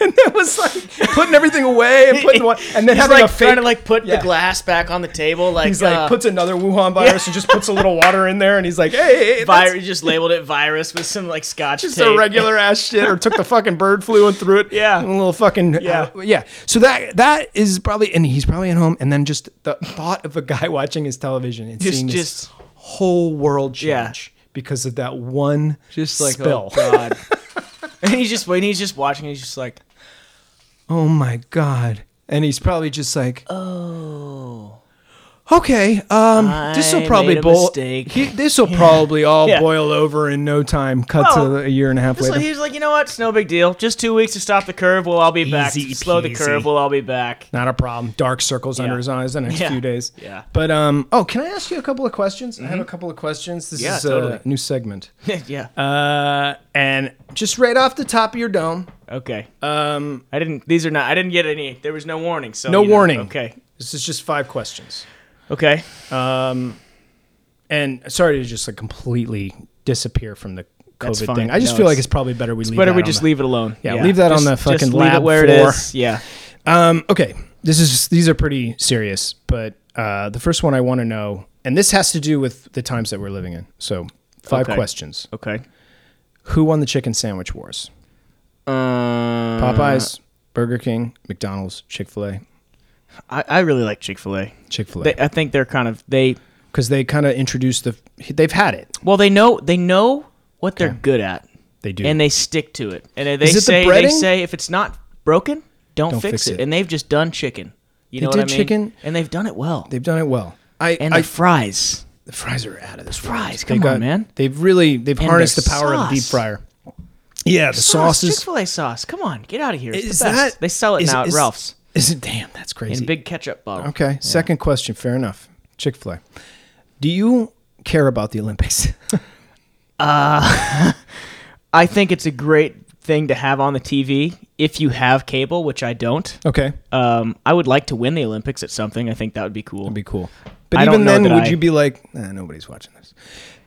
A: and that was like putting everything away and putting one, and then
B: He's
A: having
B: like
A: a fake,
B: trying to like put
A: Yeah.
B: the glass back on the table, like
A: He's like
B: uh,
A: puts another Wuhan virus and just puts a little water in there, and he's like, "Hey, hey, hey, that's
B: virus. Just labeled it virus with some like scotch
A: just a
B: tape.
A: regular ass shit or took the fucking bird flu and threw it.
B: Yeah.
A: A little fucking yeah.
B: Yeah.
A: yeah. So that that is probably and he's probably at home and then just the thought of a guy watching his television and
B: Just-
A: seeing this
B: just-
A: whole world change
B: Yeah.
A: because of that one
B: just like
A: spill.
B: oh god. and he's just waiting. He's just watching. He's just like,
A: oh my god. And he's probably just like,
B: oh.
A: okay, um,
B: I
A: this will
B: made
A: probably
B: a
A: boil.
B: mistake.
A: This will probably all
B: Yeah.
A: boil over in no time. Cut
B: Well,
A: to a year and a half
B: Just
A: later.
B: like, he was like, you know what? It's no big deal. Just two weeks to stop the curve. We'll all be back.
A: Easy
B: Slow the
A: peasy.
B: curve. We'll all be back.
A: Not a problem. Dark circles under
B: Yeah.
A: his eyes the next
B: Yeah.
A: few days.
B: Yeah. Mm-hmm.
A: But um. Oh, can I ask you a couple of questions? I have a couple of questions. This
B: Yeah,
A: is a
B: totally.
A: new segment.
B: yeah.
A: Uh, and just right off the top of your dome,
B: Okay.
A: um,
B: I didn't. These are not. I didn't get any. There was no warning. So
A: no
B: you know,
A: warning.
B: okay.
A: This is just five questions.
B: Okay.
A: And sorry to just like completely disappear from the
B: That's
A: COVID
B: fine.
A: thing. I just
B: No,
A: feel like
B: it's-
A: it's probably better we
B: It's
A: leave
B: better
A: that
B: we
A: on
B: just
A: the-
B: leave it alone.
A: Yeah, leave that on the fucking
B: just leave
A: lab
B: it where it
A: floor.
B: is. Yeah.
A: Um, okay, this is these are pretty serious, but uh, the first one I want to know, and this has to do with the times that we're living in. So, five
B: Okay.
A: questions:
B: Okay.
A: Who won the chicken sandwich wars?
B: Uh, Popeyes.
A: Popeyes, Burger King, McDonald's, Chick Fil A,
B: I, I really like Chick Fil A.
A: Chick Fil
B: They,
A: A,
B: I think they're kind of they.
A: because they kind of introduced the. They've had it.
B: Well, they know they know what they're good at,
A: They do.
B: and they stick to it. And they
A: Is it the
B: say they
A: breading?
B: say if it's not broken, don't,
A: Don't
B: fix
A: fix
B: it.
A: it.
B: And they've just done chicken. You
A: They
B: know
A: did
B: what I mean?
A: chicken.
B: and they've done it well.
A: they've done it well. I,
B: and
A: I
B: the fries.
A: the fries are out of this world.
B: Fries,
A: They
B: come on,
A: got-
B: man.
A: They've really they've
B: And
A: harnessed
B: their
A: the power of the deep
B: sauce.
A: fryer. Yeah, the
B: Chick
A: sauces.
B: Fil A sauce. Come on, get out of here. It's
A: Is
B: the best.
A: that-
B: they sell it
A: is-
B: now at
A: is-
B: Ralph's
A: Is it damn? That's crazy.
B: in big ketchup bottle.
A: Okay. Second question. Fair enough. Chick fil A. Do you care about the Olympics?
B: I think it's a great thing to have on the TV if you have cable, which I don't.
A: okay.
B: Um, I would like to win the Olympics at something. I think that would be cool.
A: That'd be cool. But
B: I don't
A: even
B: know
A: then,
B: that
A: would
B: I-
A: you be like, nah, nobody's watching this?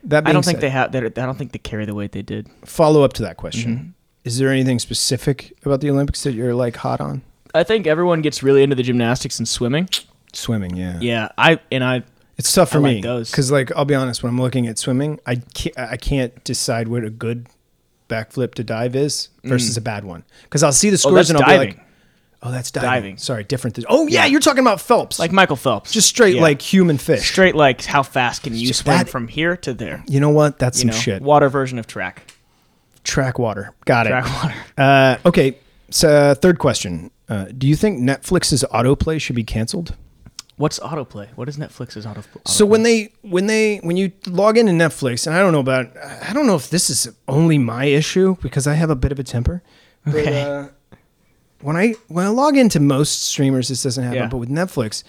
A: That being
B: I don't think
A: said,
B: they have. they're- I don't think they carry the weight they did.
A: follow up to that question. Is there anything specific about the Olympics that you're like hot on?
B: I think everyone gets really into the gymnastics and swimming.
A: Swimming, yeah.
B: Yeah, I and I.
A: It's tough for
B: I like
A: me
B: those.
A: because, like, I'll be honest. When I'm looking at swimming, I can't, I can't decide what a good backflip to dive is versus a bad one. Because I'll see the scores
B: Oh, that's
A: and I'll be
B: diving.
A: like, "Oh, that's diving.
B: Diving.
A: Sorry, different. Th- oh yeah,
B: Yeah.
A: you're talking about Phelps,
B: Like Michael Phelps,
A: just straight
B: Yeah.
A: like human fish.
B: straight like how fast can you
A: just
B: swim
A: that-
B: from here to there?
A: You know what? That's
B: You
A: some
B: know,
A: shit.
B: water version of track.
A: Track water. Got
B: Track
A: it.
B: water.
A: Uh, okay. So third question: uh, Do you think Netflix's autoplay should be canceled?
B: What's autoplay? What is Netflix's auto? autoplay?
A: So when they when they when you log into Netflix, and I don't know about I don't know if this is only my issue because I have a bit of a temper. But,
B: Okay.
A: uh, when I when I log into most streamers, this doesn't happen.
B: Yeah.
A: But with Netflix,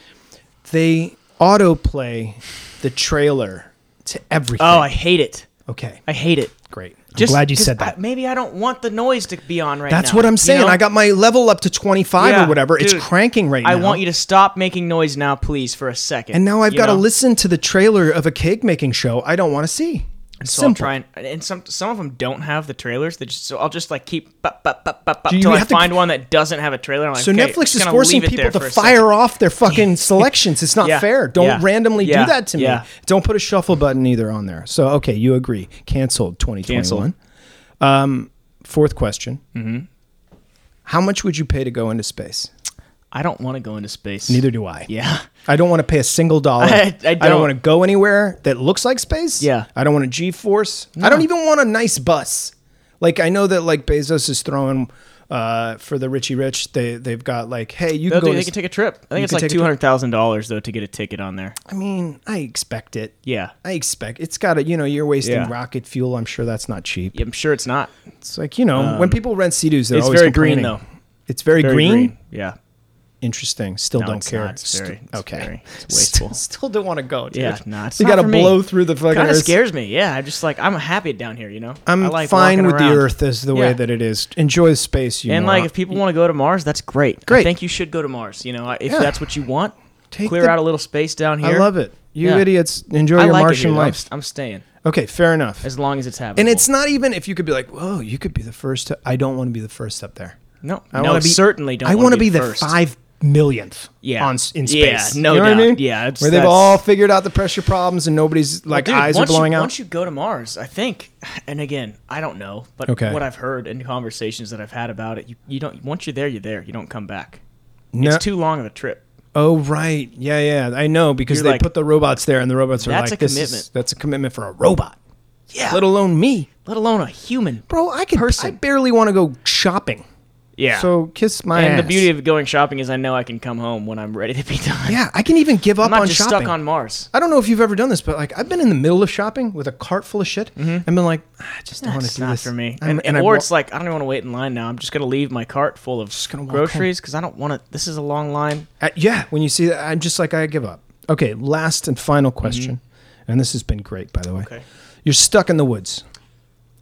A: they autoplay the trailer to everything.
B: oh, I hate it.
A: okay,
B: I hate it.
A: great. I'm glad you
B: 'cause
A: said
B: I-
A: that.
B: maybe I don't want the noise to be on right now.
A: That's what I'm
B: you
A: saying.
B: know?
A: I got my level up to 25
B: Yeah,
A: or whatever.
B: dude,
A: it's cranking right now.
B: I want you to stop making noise now, please, for a second.
A: And now I've
B: you
A: got to
B: know?
A: listen to the trailer of a cake making show I don't want to see.
B: So I'll try and, and some some of them don't have the trailers. They just so I'll just like keep bop bop bop bop bop
A: you
B: till I
A: have to-
B: find one that doesn't have a trailer. I'm like,
A: So
B: okay,
A: Netflix
B: just
A: is
B: gonna
A: forcing
B: leave it
A: people
B: there
A: to
B: for a
A: fire
B: second.
A: off their fucking selections. It's not
B: Yeah.
A: fair. Don't
B: Yeah.
A: randomly
B: Yeah.
A: do that to me.
B: Yeah.
A: Don't put a shuffle button either on there. So okay, you agree. Canceled 2021.
B: Canceled.
A: Um, fourth question.
B: Mm-hmm.
A: How much would you pay to go into space?
B: I don't want to go into space.
A: Neither do I.
B: Yeah.
A: I don't want to pay a single dollar.
B: I- I don't.
A: want to go anywhere that looks like space.
B: Yeah.
A: I don't want a G force. I don't even want a nice bus. Like I know that like Bezos is throwing uh, for the Richie Rich. They they've got like hey you
B: They'll do,
A: can go. to
B: Oh, they
A: s-
B: can take a trip. I think
A: You
B: it's
A: can
B: like
A: take a
B: two
A: trip.
B: hundred thousand dollars though to get a ticket on there.
A: I mean I expect it.
B: Yeah.
A: I expect it's got to you know you're wasting
B: Yeah.
A: rocket fuel. I'm sure that's not cheap.
B: I'm sure it's not.
A: It's like you know when people rent Sea-Doos,
B: Um,
A: they're
B: it's
A: always
B: very green,
A: complaining.
B: though.
A: It's very,
B: Very
A: green?
B: Yeah.
A: Interesting. Still
B: No,
A: don't
B: it's
A: care.
B: not. It's very-
A: St-
B: it's
A: okay.
B: very- it's wasteful.
A: Still, still don't want to go. Dude.
B: Yeah, nah, it's
A: we
B: not
A: gotta
B: for me.
A: blow through the fucking
B: Kind of
A: earth.
B: scares me. Yeah. I'm just like I'm happy down here. You know.
A: I'm
B: I like
A: fine
B: walking
A: with
B: around.
A: the Earth as the
B: Yeah.
A: way that it is. Enjoy the space, you
B: And
A: moron.
B: like, if people want to go to Mars, that's great. I
A: Great.
B: think you should go to Mars. You know, I- if
A: Yeah.
B: that's what you want,
A: Take
B: clear
A: the-
B: out a little space down here.
A: I love it. You
B: Yeah.
A: idiots, enjoy
B: I
A: your
B: like it
A: Martian
B: here. I'm-
A: life.
B: I'm, staying
A: Okay, fair enough.
B: as long as it's happening.
A: And it's not even if you could be like, whoa, you could be the first. To, I don't want to be the first up there.
B: no,
A: I
B: no,
A: wanna be-
B: certainly don't.
A: I
B: want to
A: be, the
B: first.
A: five millionth.
B: Yeah.
A: on s- in
B: Yeah,
A: space.
B: no
A: you know What I
B: doubt.
A: mean?
B: Yeah, it's-
A: where they've
B: that's-
A: all figured out the pressure problems and nobody's like
B: Dude,
A: eyes are
B: once you-
A: blowing out.
B: Once you go to Mars, I think, and again, I don't know, but
A: Okay.
B: what I've heard in conversations that I've had about it, you, you don't. Once you're there, you're there. You don't come back.
A: No-
B: It's too long of a trip.
A: Oh right, yeah, yeah, I know because
B: You're
A: they
B: like-
A: put the robots there, and the robots are
B: That's
A: like,
B: a
A: "This is-
B: commitment.
A: that's a commitment for a robot,
B: Yeah.
A: let alone me,
B: let alone a human.
A: bro. I could, I
B: Person.
A: barely want to go shopping.
B: Yeah.
A: So kiss my
B: and
A: ass.
B: the beauty of going shopping is I know I can come home when I'm ready to be done.
A: yeah, I can even give up
B: I'm not
A: on
B: just
A: shopping.
B: stuck on Mars.
A: I don't know if you've ever done this, but like I've been in the middle of shopping with a cart full of shit and been like, "Ah, I just don't want
B: Mm-hmm.
A: to
B: That's
A: do
B: not
A: this
B: for me.
A: I'm-
B: And,
A: and I
B: or
A: wa-
B: it's like I don't even want to wait in line now. I'm just gonna leave my cart full of
A: gonna walk
B: groceries because I don't want to. This is a long line.
A: Uh, yeah, when you see that, I'm just like, I give up. Okay, last and final question. And this has been great, by the way.
B: Mm-hmm. Okay.
A: You're stuck in the woods.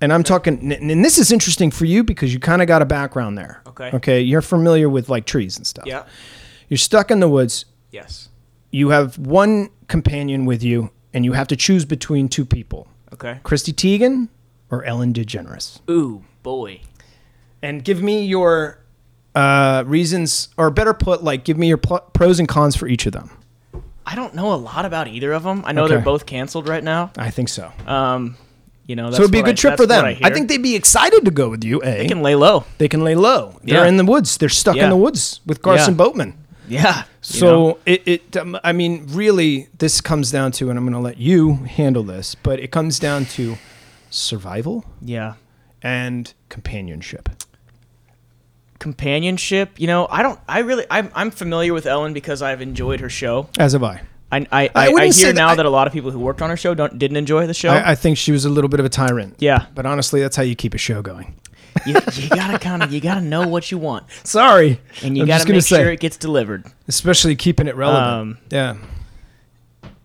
A: And I'm talking, and and this is interesting for you because you kind of got a background there.
B: Okay.
A: Okay, you're familiar with like trees and stuff. You're stuck in the woods.
B: Yes.
A: You have one companion with you, and you have to choose between two people.
B: Okay.
A: Christy Teigen or Ellen DeGeneres?
B: Ooh, boy.
A: And give me your uh, reasons, or better put, like give me your pl- pros and cons for each of them.
B: I don't know a lot about either of them. I know
A: Okay.
B: they're both canceled right now.
A: I think so.
B: Um, you know, that's
A: so it'd be a
B: what
A: good
B: I-
A: trip
B: that's what
A: for them.
B: I,
A: I,
B: hear.
A: think they'd be excited to go with you. A,
B: they can lay low.
A: they can lay low. They're
B: Yeah.
A: in the woods. They're stuck in
B: Yeah.
A: the woods with Carson
B: Yeah.
A: Boatman.
B: Yeah. you
A: So
B: know?
A: it, it um, I mean, really, this comes down to, and I'm going to let you handle this, but it comes down to survival
B: yeah.
A: and companionship.
B: Companionship, you know, I don't, I really, I'm, I'm familiar with Ellen because I've enjoyed her show.
A: As have I.
B: I, I, I, I
A: wouldn't say
B: hear
A: that
B: now
A: I-
B: that a lot of people who worked on her show don't, didn't enjoy the show.
A: I, I think she was a little bit of a tyrant.
B: Oh. yeah.
A: But honestly, that's how you keep a show going.
B: you, you gotta kind of, you gotta know what you want.
A: Sorry.
B: And you
A: I'm just
B: gotta
A: gonna
B: make sure
A: say,
B: it gets delivered.
A: especially keeping it relevant.
B: Um,
A: yeah.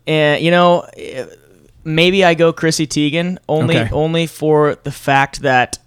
B: and you know, eh, maybe I go Chrissy Teigen only
A: Okay.
B: only for the fact that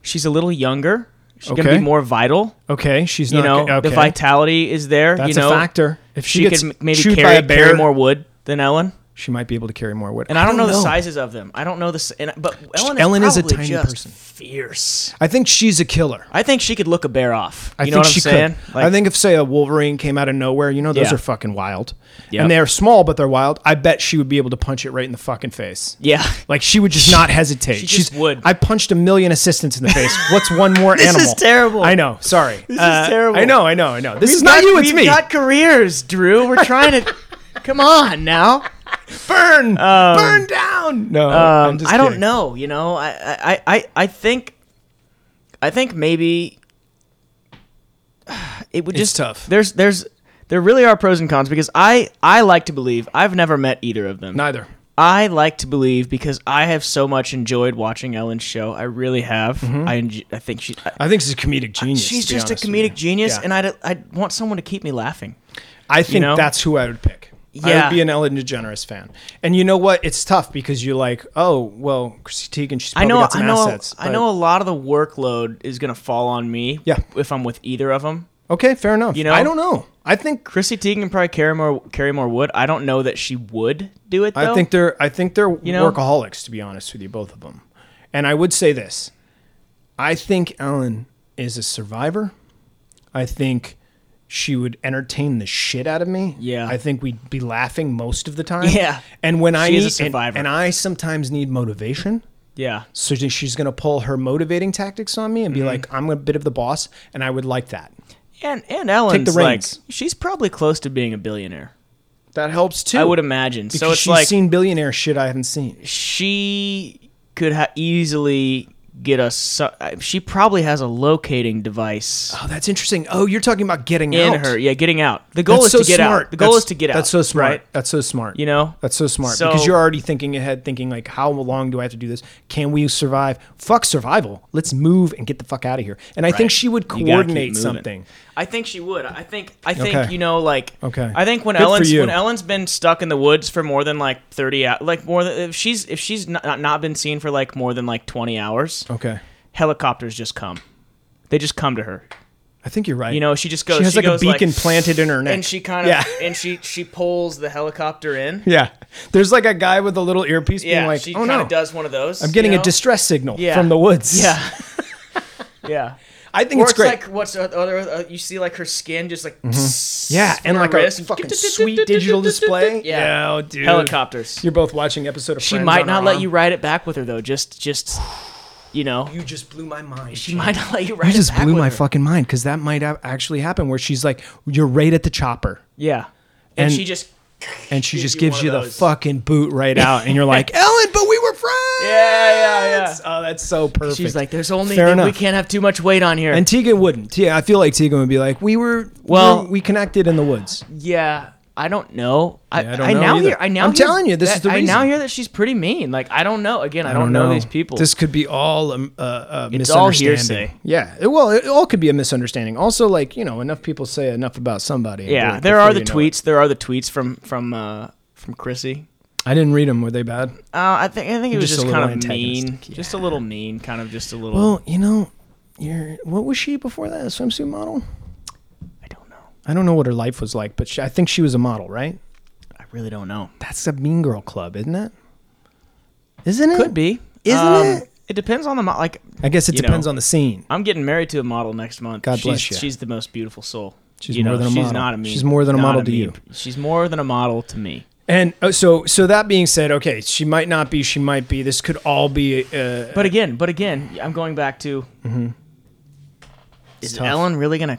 B: she's a little younger. She's gonna
A: Okay.
B: be more vital.
A: Okay. She's
B: You
A: not.
B: know,
A: okay.
B: the vitality is there.
A: that's
B: you know,
A: a factor. If she,
B: She,
A: gets
B: could m- maybe
A: chewed
B: carry,
A: by a bear,
B: carry more wood than Ellen.
A: she might be able to carry more wood.
B: And I don't, know, the sizes of them. I don't know the. s- And, but Ellen,
A: Ellen
B: is,
A: is a
B: probably
A: tiny
B: just
A: person.
B: Fierce.
A: I think she's a killer.
B: I think she could look a bear off. You
A: I
B: know
A: think
B: what I'm
A: she
B: saying?
A: could. I think if say a Wolverine came out of nowhere, you know those
B: Yeah.
A: are fucking wild,
B: Yep.
A: and they are small but they're wild. I bet she would be able to punch it right in the fucking face.
B: Yeah.
A: Like she would just not hesitate.
B: she
A: She's
B: just would.
A: I punched a million assistants in the face. What's one more
B: This is
A: animal?
B: terrible.
A: I know. Sorry. This
B: is terrible.
A: I know. I know. I know. This is
B: We've got-
A: not you. It's
B: we've
A: me.
B: got careers, Drew. We're trying to. come on now.
A: burn. burn down. No.
B: Um,
A: I'm just
B: I don't
A: kidding.
B: know. You know, I, I, I, I think, I think maybe it would
A: It's
B: just
A: tough.
B: There's, there's, there really are pros and cons because I, I like to believe I've never met either of them.
A: Neither.
B: I like to believe because I have so much enjoyed watching Ellen's show. I really have. I, enj- I think she, I,
A: I think she's a comedic Mm-hmm. genius.
B: Uh, she's
A: to be
B: just a
A: honest with
B: comedic
A: you.
B: genius,
A: Yeah.
B: and I'd, I'd want someone to keep me laughing.
A: I think
B: know?
A: that's who I would pick. I
B: Yeah.
A: would be an Ellen DeGeneres fan. And you know what? It's tough because you're like, oh, well, Chrissy Teigen, she's
B: I
A: probably
B: know,
A: got some
B: I know,
A: assets.
B: I
A: but-
B: know. A lot of the workload is gonna fall on me.
A: Yeah.
B: if I'm with either of them.
A: Okay, fair enough.
B: You know?
A: I don't know. I think
B: Chrissy Teigen probably carry more carry more wood. I don't know that she would do it though.
A: I think they're I think they're
B: know?
A: workaholics, to be honest with you, both of them. And I would say this: I think Ellen is a survivor. I think she would entertain the shit out of me.
B: Yeah.
A: I think we'd be laughing most of the time.
B: Yeah.
A: And when I
B: She
A: need,
B: is a
A: and-
B: survivor.
A: and I sometimes need motivation.
B: yeah.
A: So then she's going to pull her motivating tactics on me and be
B: Mm-hmm.
A: like, I'm a bit of the boss, and I would like that.
B: And and Ellen's like
A: reins.
B: she's probably close to being a billionaire.
A: That helps too.
B: I would imagine.
A: Because
B: so it's
A: she's
B: like
A: seen billionaire shit I haven't seen.
B: she could ha- easily get us. she probably has a locating device
A: Oh, that's interesting. Oh, you're talking about getting
B: in
A: out.
B: her. Yeah, getting out. The goal
A: That's
B: is
A: so
B: to get
A: smart.
B: out. The goal
A: That's-
B: is to get out.
A: That's so smart.
B: Right?
A: That's so smart.
B: You know.
A: That's so smart
B: So-
A: because you're already thinking ahead, thinking like, how long do I have to do this? Can we survive? Fuck survival. Let's move and get the fuck out of here. And I think she would
B: You gotta keep
A: coordinate
B: moving.
A: something.
B: I think she would. I think. I think
A: Okay.
B: you know, like.
A: Okay.
B: I think when
A: Good for
B: Ellen's
A: you.
B: when Ellen's been stuck in the woods for more than like thirty hours, like more than if she's if she's not not been seen for like more than like twenty hours,
A: Okay.
B: helicopters just come. They just come to her.
A: I think you're right.
B: You know, she just goes.
A: she has like
B: goes
A: a beacon
B: like,
A: planted in her neck.
B: and she kind of
A: Yeah.
B: and she she pulls the helicopter in.
A: Yeah. There's like a guy with a little earpiece
B: Yeah,
A: being like,
B: she
A: oh
B: kind of
A: no,
B: does one of those.
A: I'm getting
B: you
A: a
B: know?
A: distress signal
B: Yeah.
A: from the woods.
B: Yeah, yeah.
A: I think
B: Or
A: it's,
B: it's Mm-hmm.
A: great.
B: like what's the other? Uh, you see like her skin just like psst,
A: yeah, and
B: her
A: like
B: wrist.
A: a fucking sweet digital display.
B: Yeah.
A: Oh, dude.
B: helicopters.
A: You're both watching episode of
B: She
A: Friends
B: might
A: on
B: not
A: her
B: let
A: arm.
B: you ride it back with her though. Just just you know,
A: You just blew my mind.
B: she might not let you ride.
A: You
B: it
A: just
B: back
A: blew
B: with
A: my
B: her.
A: fucking mind because that might have actually happen where she's like, you're right at the chopper.
B: Yeah, and,
A: And-
B: she just
A: And she
B: Gives
A: just
B: you
A: gives
B: one
A: you
B: of
A: the
B: those.
A: fucking boot right out. And you're like, Ellen, but we were friends.
B: yeah, yeah.
A: Oh, that's so perfect.
B: she's like, "There's only
A: Fair
B: we
A: enough.
B: can't have too much weight on here."
A: And Tegan wouldn't. Yeah, I feel like Tegan would be like, we were,
B: Well-
A: well, we connected in the woods.
B: yeah, I don't know. I,
A: Yeah, I don't know
B: now
A: either.
B: hear. I now
A: I'm
B: hear
A: telling you, this
B: that-
A: is the
B: I now
A: reason.
B: hear that she's pretty mean. Like I don't know. Again, I, don't, know. these people.
A: This could be all um, uh, uh,
B: It's all
A: misunderstanding.
B: hearsay.
A: yeah, it, well, it all could be a misunderstanding. Also, like you know, enough people say enough about somebody. I
B: yeah,
A: believe,
B: there are the
A: before you know it.
B: tweets. There are the tweets from from uh, from Chrissy.
A: I didn't read them. Were they bad?
B: Uh, I think I think it was
A: Just a
B: just,
A: little
B: kind of mean,
A: antagonistic,
B: just a little mean, kind of just a little.
A: Well, you know, you're what was she before that? A swimsuit model?
B: I don't know.
A: I don't know what her life was like, but she, I think she was a model, right?
B: I really don't know.
A: That's a mean girl club, isn't it? Isn't it?
B: Could be.
A: Isn't
B: Um,
A: it?
B: It depends on the mo- like.
A: I guess it
B: You
A: depends
B: know.
A: on the scene.
B: I'm getting married to a model next month.
A: God
B: she's,
A: bless ya.
B: She's the most beautiful soul.
A: She's
B: You
A: more
B: know,
A: than a
B: she's
A: model.
B: Not a mean,
A: She's more than a
B: not
A: model to
B: mean-
A: you.
B: She's more than a model to me.
A: And oh, so, so that being said, okay, she might not be. She might be. This could all be. Uh, Mm-hmm.
B: But again, but again, I'm going back to is
A: tough.
B: Ellen really gonna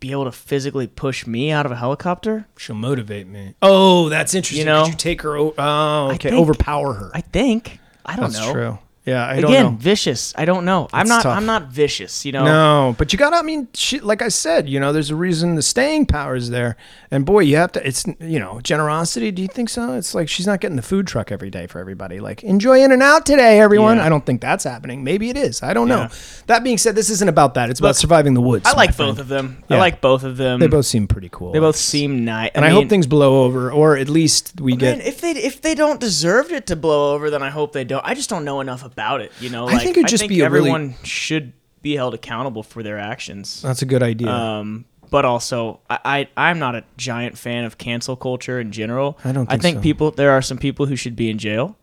B: be able to physically push me out of a helicopter?
A: she'll motivate me. Oh, that's interesting.
B: You know?
A: could you take her? o- Oh, okay.
B: think-
A: Overpower her.
B: I think. I don't
A: that's
B: know.
A: true. Yeah, I
B: again,
A: don't know.
B: vicious. I don't know. I'm
A: It's
B: not.
A: tough.
B: I'm not vicious. You know.
A: No, but you got to, I mean, she, like I said, you know, there's a reason the staying power is there. And boy, you have to, it's, you know, generosity. Do you think so? It's like she's not getting the food truck every day for everybody. Like, enjoy In and Out today, everyone.
B: Yeah.
A: I don't think that's happening. Maybe it is. I don't know.
B: Yeah.
A: That being said, this isn't about that. It's about
B: Look,
A: surviving the woods.
B: I
A: my
B: like
A: friend.
B: both of them.
A: Yeah.
B: I like both of them.
A: They both seem pretty cool.
B: They both seem nice.
A: And I, hope things blow over, or at least we get.
B: Man, if they if they don't deserve it to blow over, then I hope they don't. I just don't know enough about it. You know,
A: I
B: like,
A: think it'd just be a really-
B: everyone should be held accountable for their actions.
A: that's a good idea.
B: Um, but also, I, I I'm not a giant fan of cancel culture in general.
A: I don't
B: I
A: think
B: think
A: so.
B: people there are some people who should be in jail.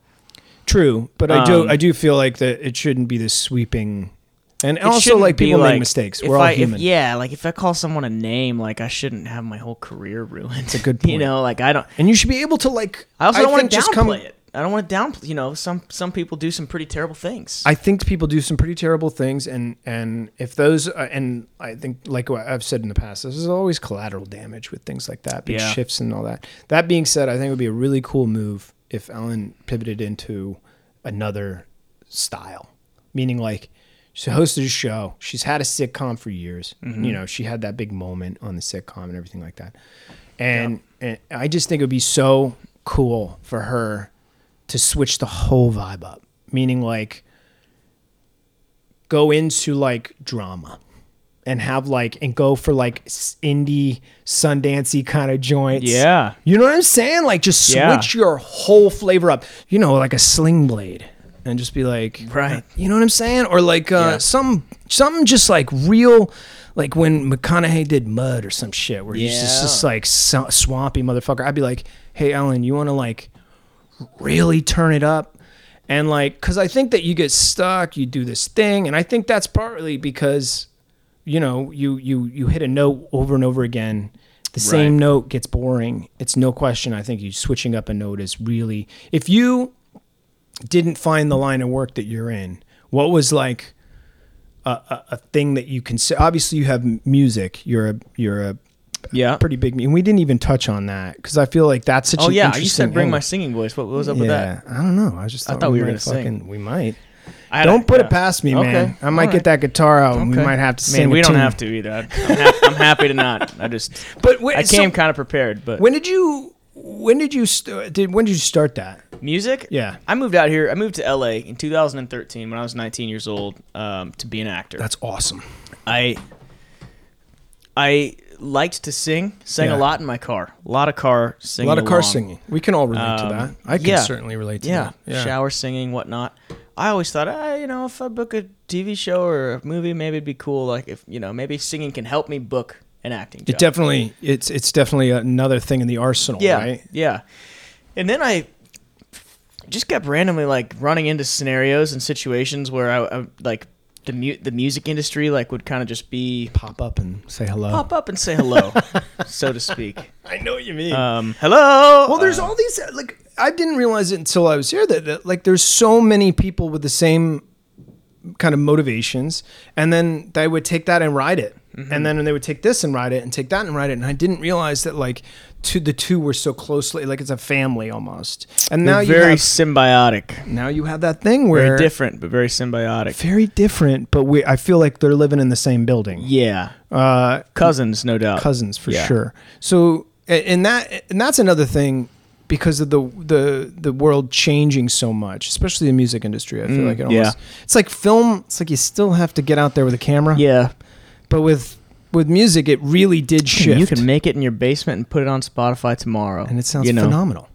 A: True, but I do.
B: um,
A: I do feel like that it shouldn't be this sweeping, and
B: It
A: also
B: shouldn't
A: like
B: be
A: people
B: like,
A: make mistakes.
B: if
A: We're all
B: I- if-
A: human.
B: yeah, like if I call someone a name, like I shouldn't have my whole career ruined. It's
A: a good
B: you
A: point.
B: know, like I don't.
A: And you should be able to like.
B: I also don't want
A: think
B: to
A: just
B: downplay
A: come-
B: it. I don't want to downplay. You know, some some people do some pretty terrible things.
A: I think people do some pretty terrible things, and and if those uh, and I think like what I've said in the past, this is always collateral damage with things like that, big
B: Yeah.
A: shifts and all that. That being said, I think it would be a really cool move if Ellen pivoted into another style, meaning like she hosted a show, she's had a sitcom for years. You know, she had that big moment on the sitcom and everything like that, and, and I just think it would be so cool for her to switch the whole vibe up, meaning like go into like drama and have like and go for like s- indie sundancey kind of joints
B: Yeah.
A: you know what i'm saying like just switch
B: Yeah.
A: your whole flavor up you know like a sling blade and just be like uh,
B: Right.
A: you know what i'm saying or like uh
B: Yeah.
A: some something just like real like when mcconaughey did mud or some shit where he's just,
B: Yeah.
A: just like so- swampy motherfucker i'd be like hey ellen you want to like really turn it up and like because i think that you get stuck you do this thing and i think that's partly because you know you you you hit a note over and over again the same note gets boring it's no question i think you switching up a note is really if you didn't find the line of work that you're in what was like a, a, a thing that you consider obviously you have m- music you're a you're a
B: yeah.
A: pretty big and we didn't even touch on that because i feel like that's such
B: Oh
A: an
B: yeah, you
A: interesting
B: said bring my
A: angle.
B: singing voice. What, what was up with that?
A: I don't know. I just thought,
B: thought we
A: we,
B: were
A: might
B: gonna sing.
A: fucking we might.
B: I had
A: Don't
B: a-
A: put
B: yeah.
A: it past me, man.
B: Okay.
A: I might
B: All
A: get
B: right.
A: that guitar out. and We
B: Okay.
A: might have to sing.
B: Man,
A: a
B: we don't
A: tune.
B: have to either. I, I'm, hap- I'm happy to not. I just
A: But wait,
B: I
A: so
B: came kind of prepared, but
A: when did you? When did you st- did when did you start that?
B: music.
A: Yeah.
B: I moved out here. I moved to LA in 2013 when I was 19 years old um, to be an actor.
A: That's awesome.
B: I I liked to sing. Sang
A: Yeah.
B: a lot in my car. A lot of car singing.
A: A lot of car
B: along.
A: singing. We can all relate
B: Um,
A: to that. I can
B: yeah.
A: certainly relate to
B: Yeah.
A: that. Yeah.
B: Shower singing, whatnot. I always thought, ah, you know, if I book a TV show or a movie, maybe it'd be cool. Like if you know, maybe singing can help me book an acting job.
A: It definitely it's it's definitely another thing in the arsenal,
B: Yeah.
A: right?
B: Yeah. And then I just kept randomly like running into scenarios and situations where I, I like the mu- the music industry like would kind of just be
A: Pop up and say hello.
B: pop up and say hello, so to speak.
A: I know what you mean.
B: Um, hello.
A: Well, there's all these like I didn't realize it until I was here that, that like there's so many people with the same kind of motivations, and then they would take that and ride it,
B: Mm-hmm.
A: and then they would take this and ride it, and take that and ride it, and I didn't realize that like two the two were so closely like it's a family almost, and now
B: They're
A: you
B: very
A: have,
B: symbiotic,
A: now you have that thing where
B: very different, but very symbiotic.
A: very different, but we I feel like they're living in the same building,
B: Yeah,
A: uh,
B: cousins, no doubt.
A: cousins for
B: Yeah.
A: sure. So a- and that and that's another thing because of the the the world changing so much, especially the music industry. I feel
B: Mm,
A: like it almost it's like film. It's like you still have to get out there with a camera.
B: Yeah,
A: but with with music, it really did shift.
B: you can make it in your basement and put it on Spotify tomorrow,
A: and it sounds
B: you know?
A: phenomenal.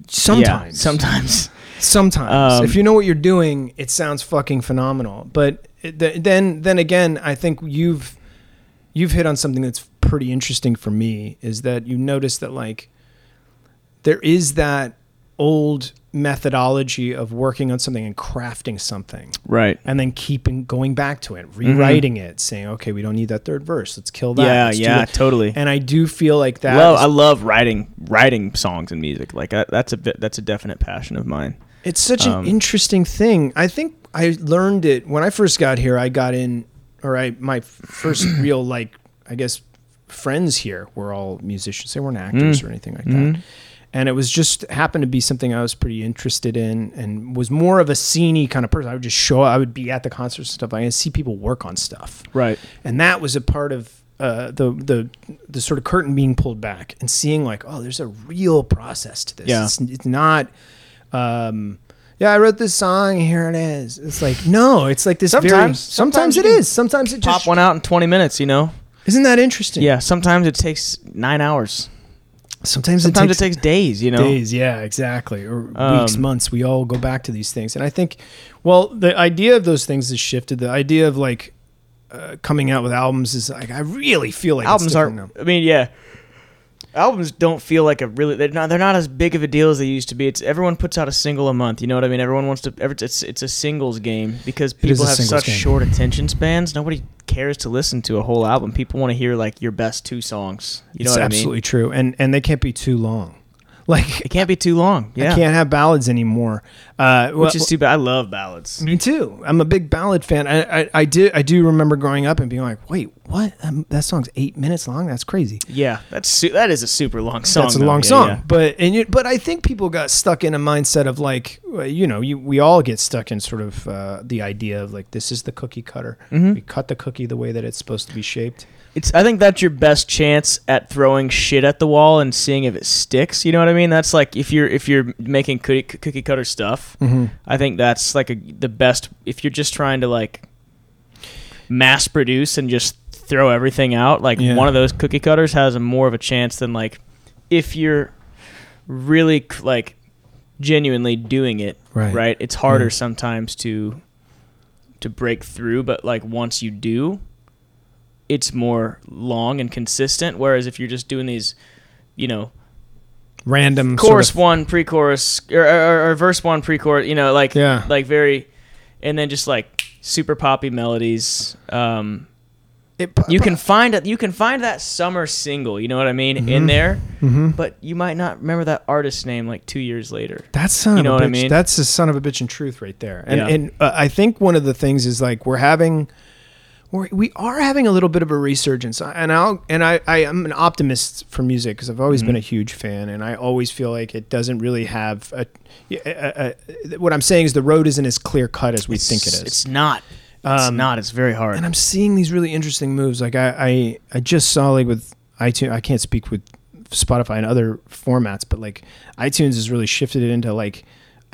B: Yeah,
A: Sometimes,
B: sometimes.
A: sometimes,
B: Um,
A: if you know what you're doing, it sounds fucking phenomenal. But it- th- then, then again, I think you've you've hit on something that's pretty interesting for me is that you notice that like there is that old methodology of working on something and crafting something
B: Right.
A: and then keeping going back to it,
B: Mm-hmm.
A: rewriting it, saying, okay, we don't need that third verse. Let's kill that.
B: Yeah,
A: Let's do
B: yeah,
A: that."
B: totally.
A: And I do feel like that.
B: Love,
A: is-
B: I love writing writing songs and music. Like I, that's a bit, that's a definite passion of mine.
A: It's such
B: Um,
A: an interesting thing. I think I learned it when I first got here. I got in, or I my first real like I guess friends here were all musicians. They weren't actors or anything like that. And it was just happened to be something I was pretty interested in, and was more of a sceney kind of person. I would just show. up. I would be at the concerts and stuff. I see people work on stuff
B: Right.
A: and that was a part of uh, the the the sort of curtain being pulled back and seeing like oh there's a real process to this
B: Yeah.
A: it's, it's not um yeah I wrote this song here it is it's like no it's like this very-
B: Sometimes-
A: sometimes
B: sometimes
A: it
B: you can
A: is sometimes it
B: Pop
A: just
B: one out in 20 minutes. You know.
A: isn't that interesting
B: Yeah. Sometimes it takes nine hours.
A: sometimes
B: Sometimes
A: it takes,
B: days. You know.
A: days yeah exactly or weeks
B: Um,
A: months we all go back to these things and I think well the idea of those things has shifted the idea of like uh, coming out with albums is like I really feel like it's
B: albums
A: different
B: aren't.
A: now.
B: I mean, yeah, albums don't feel like a really. They're not. They're not as big of a deal as they used to be. It's everyone puts out a single a month. You know what I mean? Everyone wants to. Every, it's it's a singles game because
A: is
B: people
A: a
B: have
A: singles
B: such
A: game.
B: short attention spans. Nobody cares to listen to a whole album. People want to hear like your best two songs. You know
A: it's
B: what I
A: absolutely
B: mean?
A: true, and and they can't be too long. Like
B: It can't be too long. Yeah,
A: I can't have ballads anymore. Uh, well,
B: which is too bad. I love ballads.
A: me too. I'm a big ballad fan. I, I I did I do remember growing up and being like, wait, what? Um, that song's eight minutes long. That's crazy.
B: Yeah, that's su- that is a super long song.
A: That's a
B: though.
A: long
B: Yeah,
A: song,
B: yeah.
A: but and you, but I think people got stuck in a mindset of like, uh, you know, you, we all get stuck in sort of uh, the idea of like this is the cookie cutter.
B: Mm-hmm.
A: We cut the cookie the way that it's supposed to be shaped.
B: It's. I think that's your best chance at throwing shit at the wall and seeing if it sticks. You know what I mean? That's like if you're if you're making cookie, cookie cutter stuff. I think that's like a, the best if you're just trying to like mass produce and just throw everything out. Like
A: Yeah.
B: one of those cookie cutters has a more of a chance than like if you're really c- like genuinely doing it.
A: Right.
B: Right. It's harder sometimes to to break through, but like once you do, it's more long and consistent. Whereas if you're just doing these, you know,
A: Random
B: chorus
A: Sort of,
B: one, pre-chorus, or, or, or verse one, pre-chorus, you know, like
A: Yeah.
B: like very, and then just like super poppy melodies. Um,
A: it,
B: you can find it. You can find that summer single. You know what I mean in there,
A: Mhm.
B: but you might not remember that artist's name like two years later.
A: That's son
B: You
A: of
B: know
A: a
B: what
A: bitch.
B: I mean?
A: That's the son of a bitch in truth right there. And
B: Yeah.
A: and uh, I think one of the things is like we're having we're, we are having a little bit of a resurgence. And I'll and I I am an optimist for music because I've
B: Mm-hmm.
A: always been a huge fan, and I always feel like it doesn't really have a. a, a, a what I'm saying is the road isn't as clear cut as we think it is. Um,
B: It's not. it's not. It's very hard.
A: And I'm seeing these really interesting moves. Like I, I, I just saw like with iTunes. I can't speak with Spotify and other formats, but like iTunes has really shifted it into like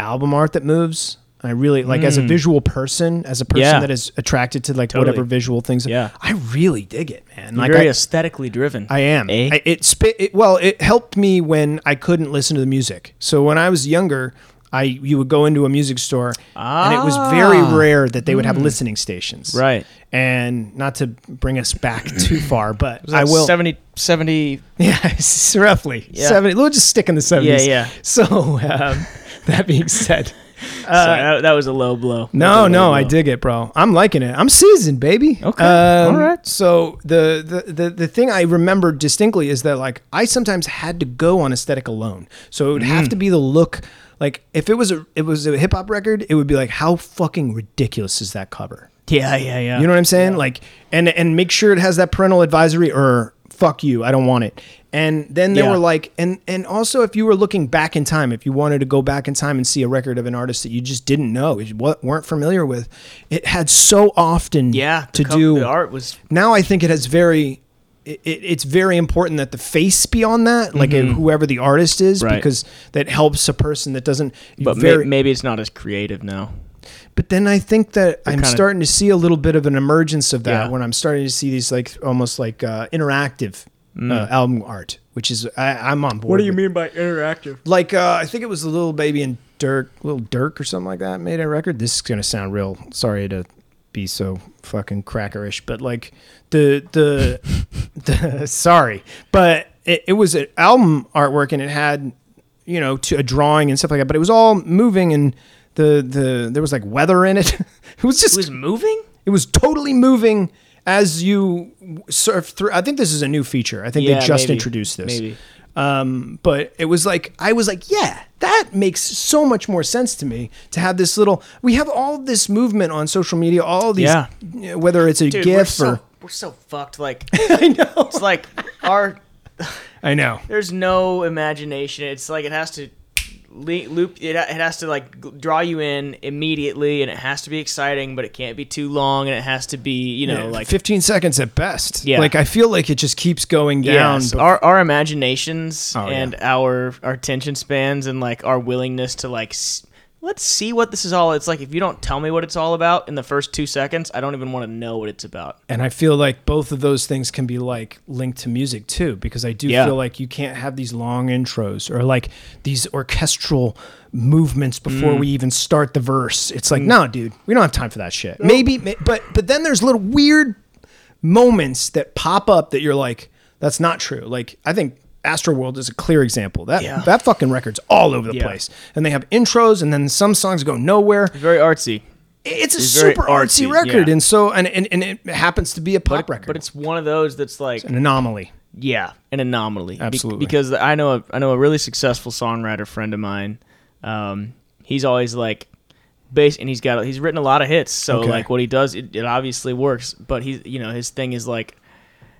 A: album art that moves. I really like as a visual person, as a person
B: Hmm. Yeah.
A: that is attracted to like
B: Totally.
A: whatever visual things.
B: Yeah.
A: I really dig it, man. Like
B: very
A: I,
B: aesthetically driven.
A: I am.
B: Eh?
A: I, it spit. It, well, it helped me when I couldn't listen to the music. So when I was younger, I you would go into a music store, and it was very
B: Ah.
A: rare that they would have listening stations.
B: Right.
A: And not to bring us back too far, but
B: I
A: I will.
B: 70, 70
A: Yeah, it's roughly
B: Yeah.
A: seventy. We'll just stick in the seventies.
B: yeah.
A: So um, that being said,
B: Sorry, that, that was a low blow. That
A: Uh, no,
B: was a low
A: no, I
B: blow.
A: dig it, bro. I'm liking it. I'm seasoned, baby.
B: Okay.
A: Um,
B: All right.
A: So the, the the the thing I remember distinctly is that like I sometimes had to go on aesthetic alone. So it would have
B: Mm.
A: to be the look. Like if it was a it was a hip hop record, it would be like how fucking ridiculous is that cover?
B: Yeah, yeah, yeah.
A: You know what I'm saying? Like and and make sure it has that parental advisory or fuck you, I don't want it. And then they
B: Yeah.
A: were like and and also if you were looking back in time, if you wanted to go back in time and see a record of an artist that you just didn't know, you wa- weren't familiar with, it had so often
B: yeah,
A: to
B: the co-
A: do
B: the art was
A: now I think it has very it, it- it's very important that the face be on that, like whoever the artist is,
B: Mm-hmm. Right.
A: because that helps a person that doesn't.
B: but
A: very-
B: may, maybe it's not as creative now.
A: but then I think that I'm
B: kinda-
A: starting to see a little bit of an emergence of that
B: Yeah.
A: when I'm starting to see these like almost like uh, interactive
B: Mm.
A: uh, album art, which is I, I'm on board. with.
B: mean by interactive?
A: Like uh, I think it was a little baby and Dirk, little Dirk or something like that made a record. This is gonna sound real. Sorry to be so fucking crackerish, but like the the, the sorry, but it, it was an album artwork and it had you know, to a drawing and stuff like that. But it was all moving and the the there was like weather in it. it was just
B: It was moving.
A: it was totally moving as you surf through. I think this is a new feature. I think
B: Yeah,
A: they just
B: maybe.
A: introduced this.
B: Maybe.
A: Um, but it was like I was like, yeah, that makes so much more sense to me to have this little. We have all this movement on social media, all these,
B: Yeah.
A: whether it's a
B: Dude, we're
A: GIF
B: so
A: or
B: we're so fucked. Like
A: I know,
B: it's like our
A: I know.
B: there's no imagination. It's like it has to le- loop. It, it has to like g- draw you in immediately, and it has to be exciting, but it can't be too long, and it has to be you know like
A: 15 seconds at best.
B: Yeah.
A: Like I feel like it just keeps going down.
B: Yes,
A: but-
B: our our imaginations
A: Oh, yeah.
B: and our our attention spans and like our willingness to like s- let's see what this is all. It's like if you don't tell me what it's all about in the first two seconds, I don't even want to know what it's about.
A: and I feel like both of those things can be like linked to music too, because I do
B: Yeah.
A: feel like you can't have these long intros or like these orchestral movements before
B: Mm.
A: we even start the verse. It's like, no, dude, we don't have time for that shit. Maybe, ma- but but then there's little weird moments that pop up that you're like, that's not true. Like I think Astroworld is a clear example. That
B: Yeah.
A: that fucking record's all over the
B: Yeah.
A: place, and they have intros, and then some songs go nowhere.
B: Very artsy,
A: It's a
B: very
A: super artsy,
B: artsy,
A: record,
B: yeah.
A: and so and, and and it happens to be a pop record
B: but it's one of those that's like
A: an anomaly.
B: Yeah, an anomaly. Be-
A: Absolutely.
B: because I know a, I know a really successful songwriter friend of mine. Um, he's always like, base, and he's got he's written a lot of hits. So
A: Okay.
B: like what he does, it, it obviously works. But he's you know his thing is like,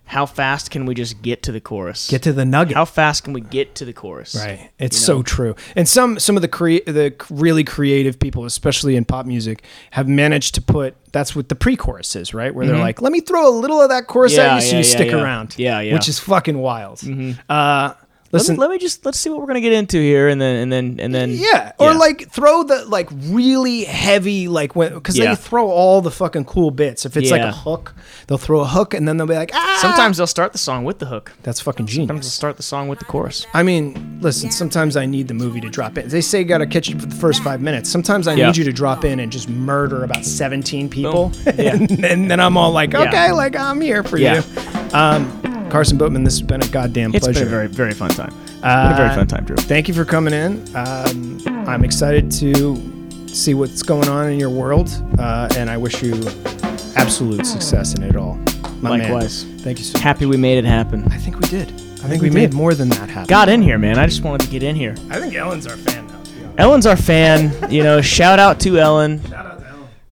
B: how fast can we just get to the chorus?
A: Get to the nugget.
B: how fast can we get to the chorus?
A: Right. It's so true. And some some of the crea- the really creative people, especially in pop music, have managed to put that's what the pre-chorus is, right? Where they're like, "Let me throw a little of that chorus
B: Mm-hmm. Yeah,
A: at you so
B: yeah,
A: you
B: yeah,
A: stick
B: yeah.
A: around."
B: Yeah, Mm-hmm. yeah.
A: Which is fucking wild. Uh
B: Let me,
A: listen,
B: let me just let's see what we're gonna get into here, and then and then and then
A: yeah, or like throw the like really heavy like when because
B: Yeah.
A: they throw all the fucking cool bits. If it's like a
B: Yeah.
A: hook, they'll throw a hook and then they'll be like, ah.
B: sometimes they'll start the song with the hook.
A: that's fucking
B: Sometimes they'll
A: genius.
B: start the song with the chorus.
A: I mean, listen, sometimes I need the movie to drop in. They say you got to catch it for the first five minutes. Sometimes I
B: Yeah.
A: need you to drop in and just murder about 17 people.
B: Boom. Yeah.
A: and, then, then I'm all like,
B: Yeah.
A: okay, like I'm here for
B: Yeah.
A: you. Um, Carson Boatman, this has been a goddamn
B: It's
A: pleasure.
B: been a very very fun time. Uh, been a very fun time, Drew.
A: Thank you for coming in. Um, I'm excited to see what's going on in your world, uh, and I wish you absolute success in it all. My man,
B: Likewise.
A: Thank you so much.
B: Happy we made it happen.
A: I think we did. I think, we,
B: we
A: made
B: did.
A: more than that happen.
B: got in here, man. I just wanted to get in here.
A: I think Ellen's our fan now. to be honest.
B: Ellen's our fan. You know, shout out to Ellen.
A: Shout out